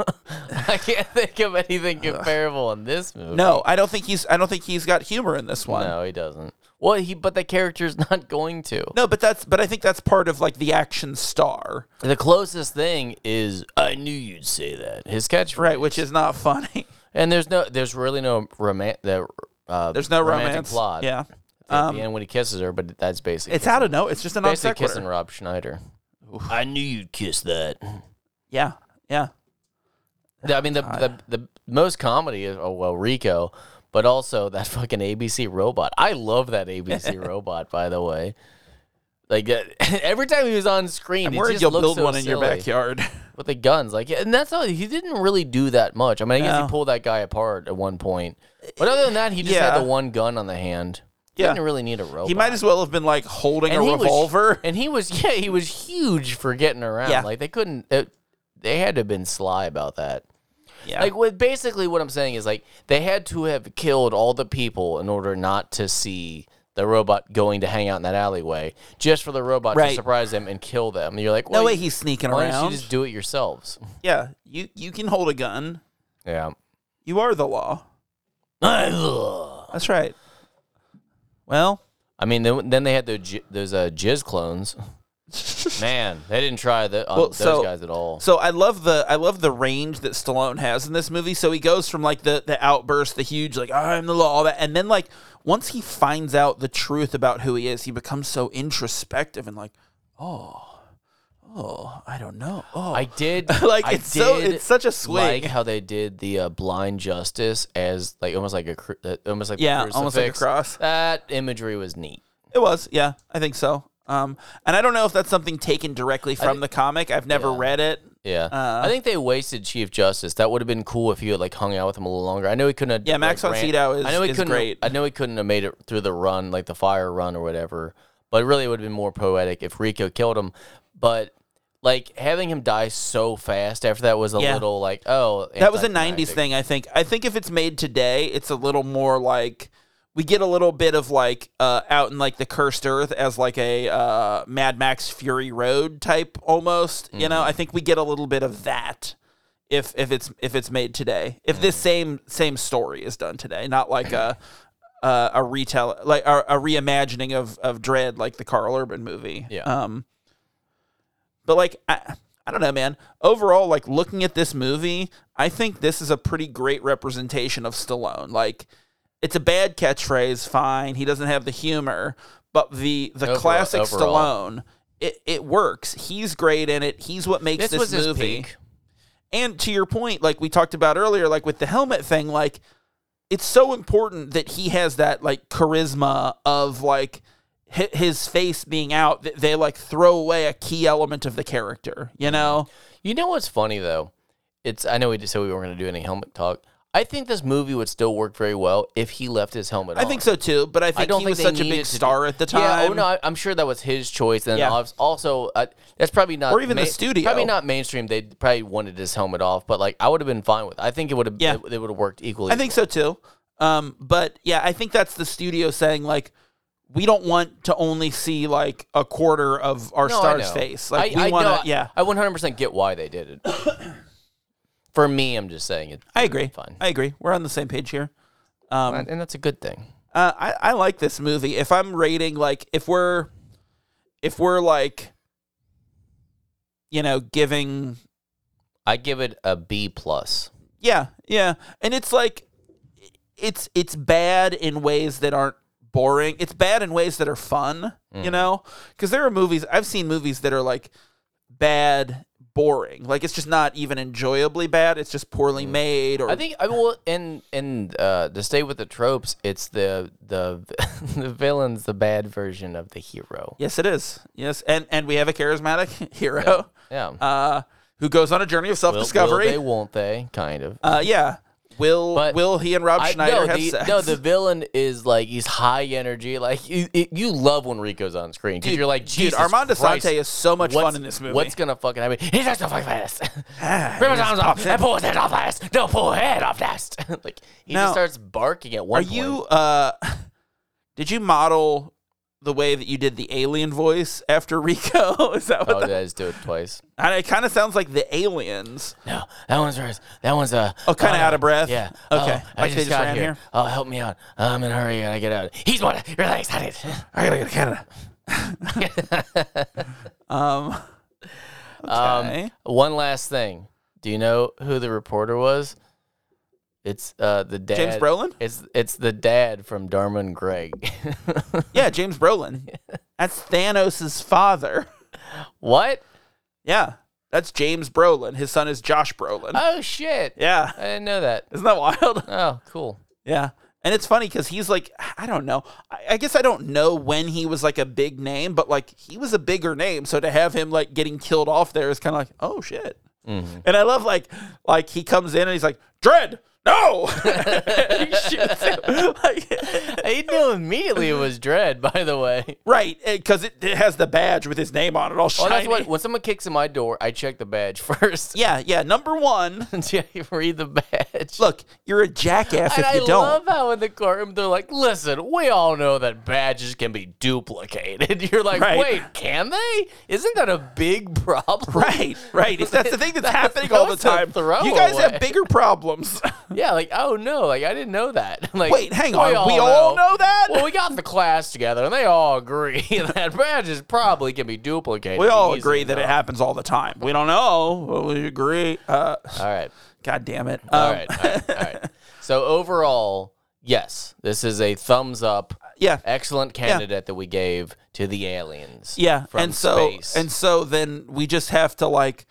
I can't think of anything comparable in this movie.
no I don't think he's I don't think he's got humor in this one.
no, he doesn't. Well, he but the character's not going to.
No, but that's but I think that's part of like the action star,
The closest thing is I knew you'd say that. His catchphrase,
right? Which is not funny.
And there's no, there's really no romance. The, uh,
There's no
romantic
romance.
plot.
Yeah. Um,
At the end when he kisses her, but that's basically
It's out of no. It's just an non
basically
sequitur.
kissing Rob Schneider. I knew you'd kiss that.
Yeah, yeah.
The- I mean, the, the the most comedy is oh well Rico, but also that fucking ABC robot. I love that ABC robot, by the way. Like that- every time he was on screen,
I'm
it
worried
just
you'll
looked
build
so
one in your
silly.
backyard.
with the guns. Like, and that's how he didn't really do that much. I mean, I guess
No.
he pulled that guy apart at one point, but other than that, he just
Yeah.
had the one gun on the hand. He
Yeah.
didn't really need a robot.
he might as well have been like holding a
he Was,
revolver.
and he was yeah, he was huge for getting around.
Yeah.
Like they couldn't. It, they had to have been sly about that.
yeah,
Like what basically what I'm saying is like they had to have killed all the people in order not to see the robot going to hang out in that alleyway just for the robot
Right.
to surprise them and kill them. And you're like,
no
well,
way he's sneaking
why don't
around.
you just do it yourselves?
yeah, you you can hold a gun.
Yeah.
You are the law. That's right. Well,
I mean, then, then they had those j- those uh, jizz clones. Man, they didn't try the, on
Well,
those
so-
guys at all.
so I love the I love the range that Stallone has in this movie. So he goes from like the the outburst, the huge like I'm the law, all that, and then like once he finds out the truth about who he is, he becomes so introspective and like, oh, oh, I don't know. Oh,
I did
Like,
I
it's so-
did
it's such a swing.
Like how they did the uh, blind justice as like almost like a cru- uh, almost like the
Yeah, almost like a
crucifix.
cross.
That imagery was neat.
It was, yeah, I think so. Um, and I don't know if that's something taken directly from the comic. I've never read it.
Yeah,
Uh-huh.
I think they wasted Chief Justice. That would have been cool if you had like hung out with him a little longer. I know he couldn't. Have,
Yeah, Max von
like, ran-
Sydow is-
I know he
is
couldn't.
great.
I know he couldn't have made it through the run, like the fire run or whatever. But really, it would have been more poetic if Rico killed him. But like having him die so fast after that was a
Yeah.
little like oh
That was a
anticlimactic.
'90s thing, I think. I think if it's made today, it's a little more like we get a little bit of like uh, out in like the cursed earth as like a uh, Mad Max Fury Road type almost. You
Mm-hmm.
know, I think we get a little bit of that
Mm.
if if it's if it's made today. If this same same story is done today, not like a uh, a retell like a, a reimagining of of Dread, like the Carl Urban movie.
Yeah.
Um. But like I, I don't know, man. Overall, like looking at this movie, I think this is a pretty great representation of Stallone. Like, it's a bad catchphrase, fine. He doesn't have the humor, but the the
Overall-
classic
overall.
Stallone. It, it works. He's great in it. He's what makes
This,
this,
was his
movie
peak.
and to your point like we talked about earlier like with the helmet thing like it's so important that he has that like charisma of like hi- his face being out that they like throw away a key element of the character you know
You know what's funny though? It's I know we just said we weren't going to do any helmet talk. I think this movie would still work very well if he left his helmet
i
on.
think so too but i think
don't
he
think
was
they
such a
needed
big
to do-
star at the time
Yeah, oh no, I, I'm sure that was his choice. Then
Yeah.
obvi- also, I, that's probably not,
Or even the studio.
Probably not mainstream. They probably wanted his helmet off, but like I would have been fine with. I think it would have.
Yeah.
Yeah. it would have worked equally.
I think so too. Um, but yeah, I think that's the studio saying like, we don't want to only see like a quarter of our
No, I
star's
know.
face. Like
I,
we
I
want
know-
to. Yeah,
I 100 percent get why they did it. For me, I'm just saying it.
I agree.
Fine,
I agree. We're on the same page here. Um,
and that's a good thing.
uh, I I like this movie. If I'm rating like if we're if we're like you know giving
I give it a B plus.
yeah yeah and it's like it's it's bad in ways that aren't boring it's bad in ways that are fun
Mm.
you know because there are movies i've seen movies that are like bad boring like it's just not even enjoyably bad it's just
Mm.
poorly made or
I think I will in in uh to stay with the tropes, it's the the the villain's the bad version of the hero.
yes it is yes and and we have a charismatic hero
Yeah.
uh, who goes on a journey of
Will- will
self-discovery.
they won't they? Kind of.
uh, yeah, will
But
will he and Rob
I-
Schneider
no,
have
the,
sex?
no, the villain is like he's high energy. Like you, you- you love when Rico's on screen because you're like,
Dude,
Jesus
Armando
Christ,
Sante is so much
what's-
fun in this movie.
What's gonna fucking happen? He just fucking fast.
Ah,
Rip his
yes,
arms off and pull his head off last. No, pull head off last. like he
Now,
just starts barking at one
Are
point.
you? Uh, did you model the way that you did the alien voice after Rico? is that what?
Oh,
the,
did I just do it twice?
and it kind of sounds like the aliens.
No, that one's worse. That one's uh.
Oh, kinda
uh,
out of breath?
Yeah.
Okay.
Oh,
Like
I
they
just,
just
got
ran
here.
here?
Oh, help me out. I'm in a hurry. I gotta get out. He's one. Really excited.
I gotta go to Canada. um.
Um,
Okay.
One last thing. Do you know who the reporter was? It's uh the dad.
James Brolin?
It's it's the dad from Darman Gregg.
yeah, James Brolin. That's Thanos' father.
what?
Yeah, that's James Brolin. His son is Josh Brolin.
Oh shit.
yeah,
I didn't know that.
isn't that wild?
Oh, cool.
Yeah. And it's funny because he's like, I don't know. I, I guess I don't know when he was like a big name, but like he was a bigger name. So to have him like getting killed off there is kind of like, oh shit.
Mm-hmm.
And I love like, like he comes in and he's like, Dread, no. He shoots him. Like,
He knew immediately it was Dread. By the way.
right. Because it, it has the badge with his name on it all
Oh,
shiny.
that's what. When someone kicks in my door, I check the badge first.
yeah. Yeah. Number one,
Yeah. Read the badge.
look, you're a jackass
And
if
I
you don't.
love how in the courtroom they're like, "Listen, we all know that badges can be duplicated." You're like,
Right.
"Wait, can they? Isn't that a big problem?"
Right, right. It's- That's the thing that's happening all the
That's a
time. You guys
throwaway.
have bigger problems.
Yeah, like, oh no, like I didn't know that. Like,
Wait, hang on. we all know, that?
Well, we got the class together, and they all agree that badges probably can be duplicated.
We all
easily
agree that it
enough.
happens all the time. We don't know, but we agree. Uh,
All right,
God damn it. Um,
all right, all right, all right. So overall, yes, this is a thumbs up.
Yeah.
Excellent candidate that we gave to the aliens.
Yeah.
from
and so
space.
and so then we just have to like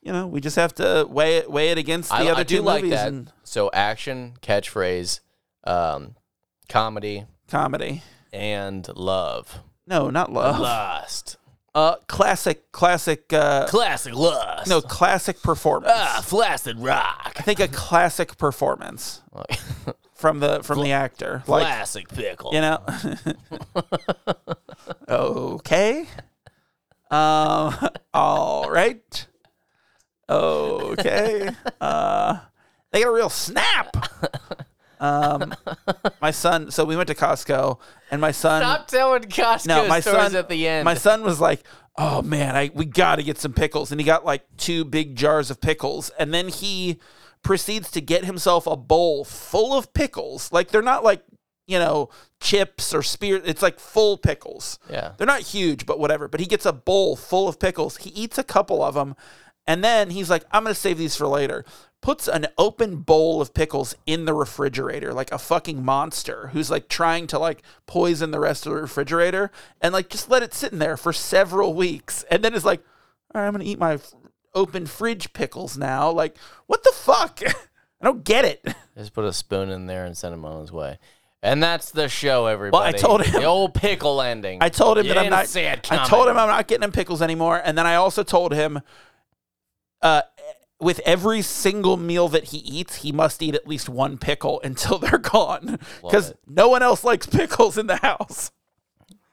you know, we just have to weigh it weigh it against the
I,
other
I do
two
like
movies
that.
and
So action, catchphrase, um, comedy,
comedy.
and love.
No, not love.
Lust.
Uh classic classic uh
Classic lust.
no, classic performance.
Ah, flaccid rock.
I think a classic performance from the from the actor. Like
Classic pickle.
you know okay um all right okay uh they got a real snap um my son so we went to costco and my son
Stop telling Costco
no my
stories
son
at the end.
my son was like oh man i we gotta get some pickles and he got like two big jars of pickles and then he proceeds to get himself a bowl full of pickles like they're not like you know, chips or spear. It's like full pickles.
Yeah.
They're not huge, but whatever. But he gets a bowl full of pickles. He eats a couple of them. And then he's like, I'm going to save these for later. Puts an open bowl of pickles in the refrigerator, like a fucking monster who's like trying to like poison the rest of the refrigerator and like just let it sit in there for several weeks. And then is like, all right, I'm going to eat my f- open fridge pickles now. Like, what the fuck? I don't get it.
Just put a spoon in there and send him on his way. And that's the show, everybody.
told him-
the old pickle ending.
I told him
You
that I'm
didn't
not.
see it
I told him
coming.
I'm not getting him pickles anymore, and then I also told him, uh, with every single meal that he eats, he must eat at least one pickle until they're gone, because
it.
no one else likes pickles in the house.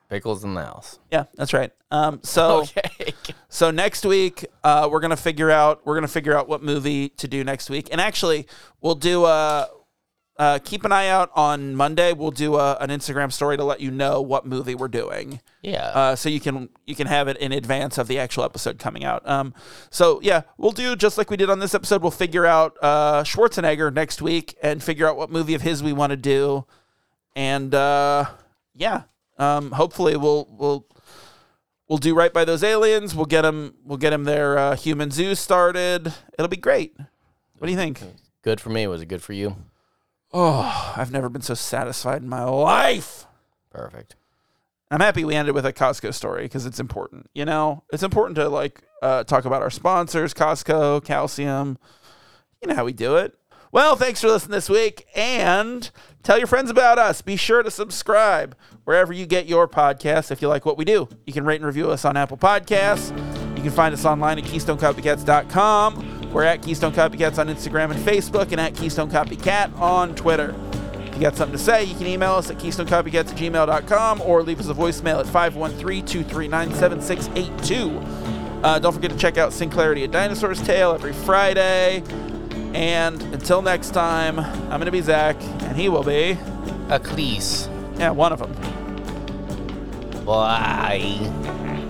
pickles in the house.
Yeah, that's right. Um, so
Okay.
so next week, uh, we're gonna figure out we're gonna figure out what movie to do next week, and actually, we'll do uh Uh, keep an eye out on Monday. We'll do a, an Instagram story to let you know what movie we're doing.
Yeah.
uh, so you can you can have it in advance of the actual episode coming out. Um, so yeah, we'll do just like we did on this episode. We'll figure out uh, Schwarzenegger next week and figure out what movie of his we want to do, and uh, yeah, um, hopefully we'll we'll we'll do right by those aliens. We'll get them we'll get them their uh, human zoo started. It'll be great. What do you think?
good for me. Was it good for you?
Oh, I've never been so satisfied in my life.
Perfect.
I'm happy we ended with a Costco story because it's important. You know, it's important to like uh, talk about our sponsors, Costco, Calcium. You know how we do it. Well, thanks for listening this week and tell your friends about us. Be sure to subscribe wherever you get your podcasts. If you like what we do, you can rate and review us on Apple Podcasts. You can find us online at KeystoneCopycats.com. We're at Keystone Copycats on Instagram and Facebook and at Keystone Copycat on Twitter. If you got something to say, you can email us at keystonecopycats at gmail.com or leave us a voicemail at 513 239 7682. Uh, don't forget to check out Sinclarity, a dinosaur's tale every Friday. And until next time, I'm going to be Zach, and he will be,
Achilles.
yeah, one of them.
Bye.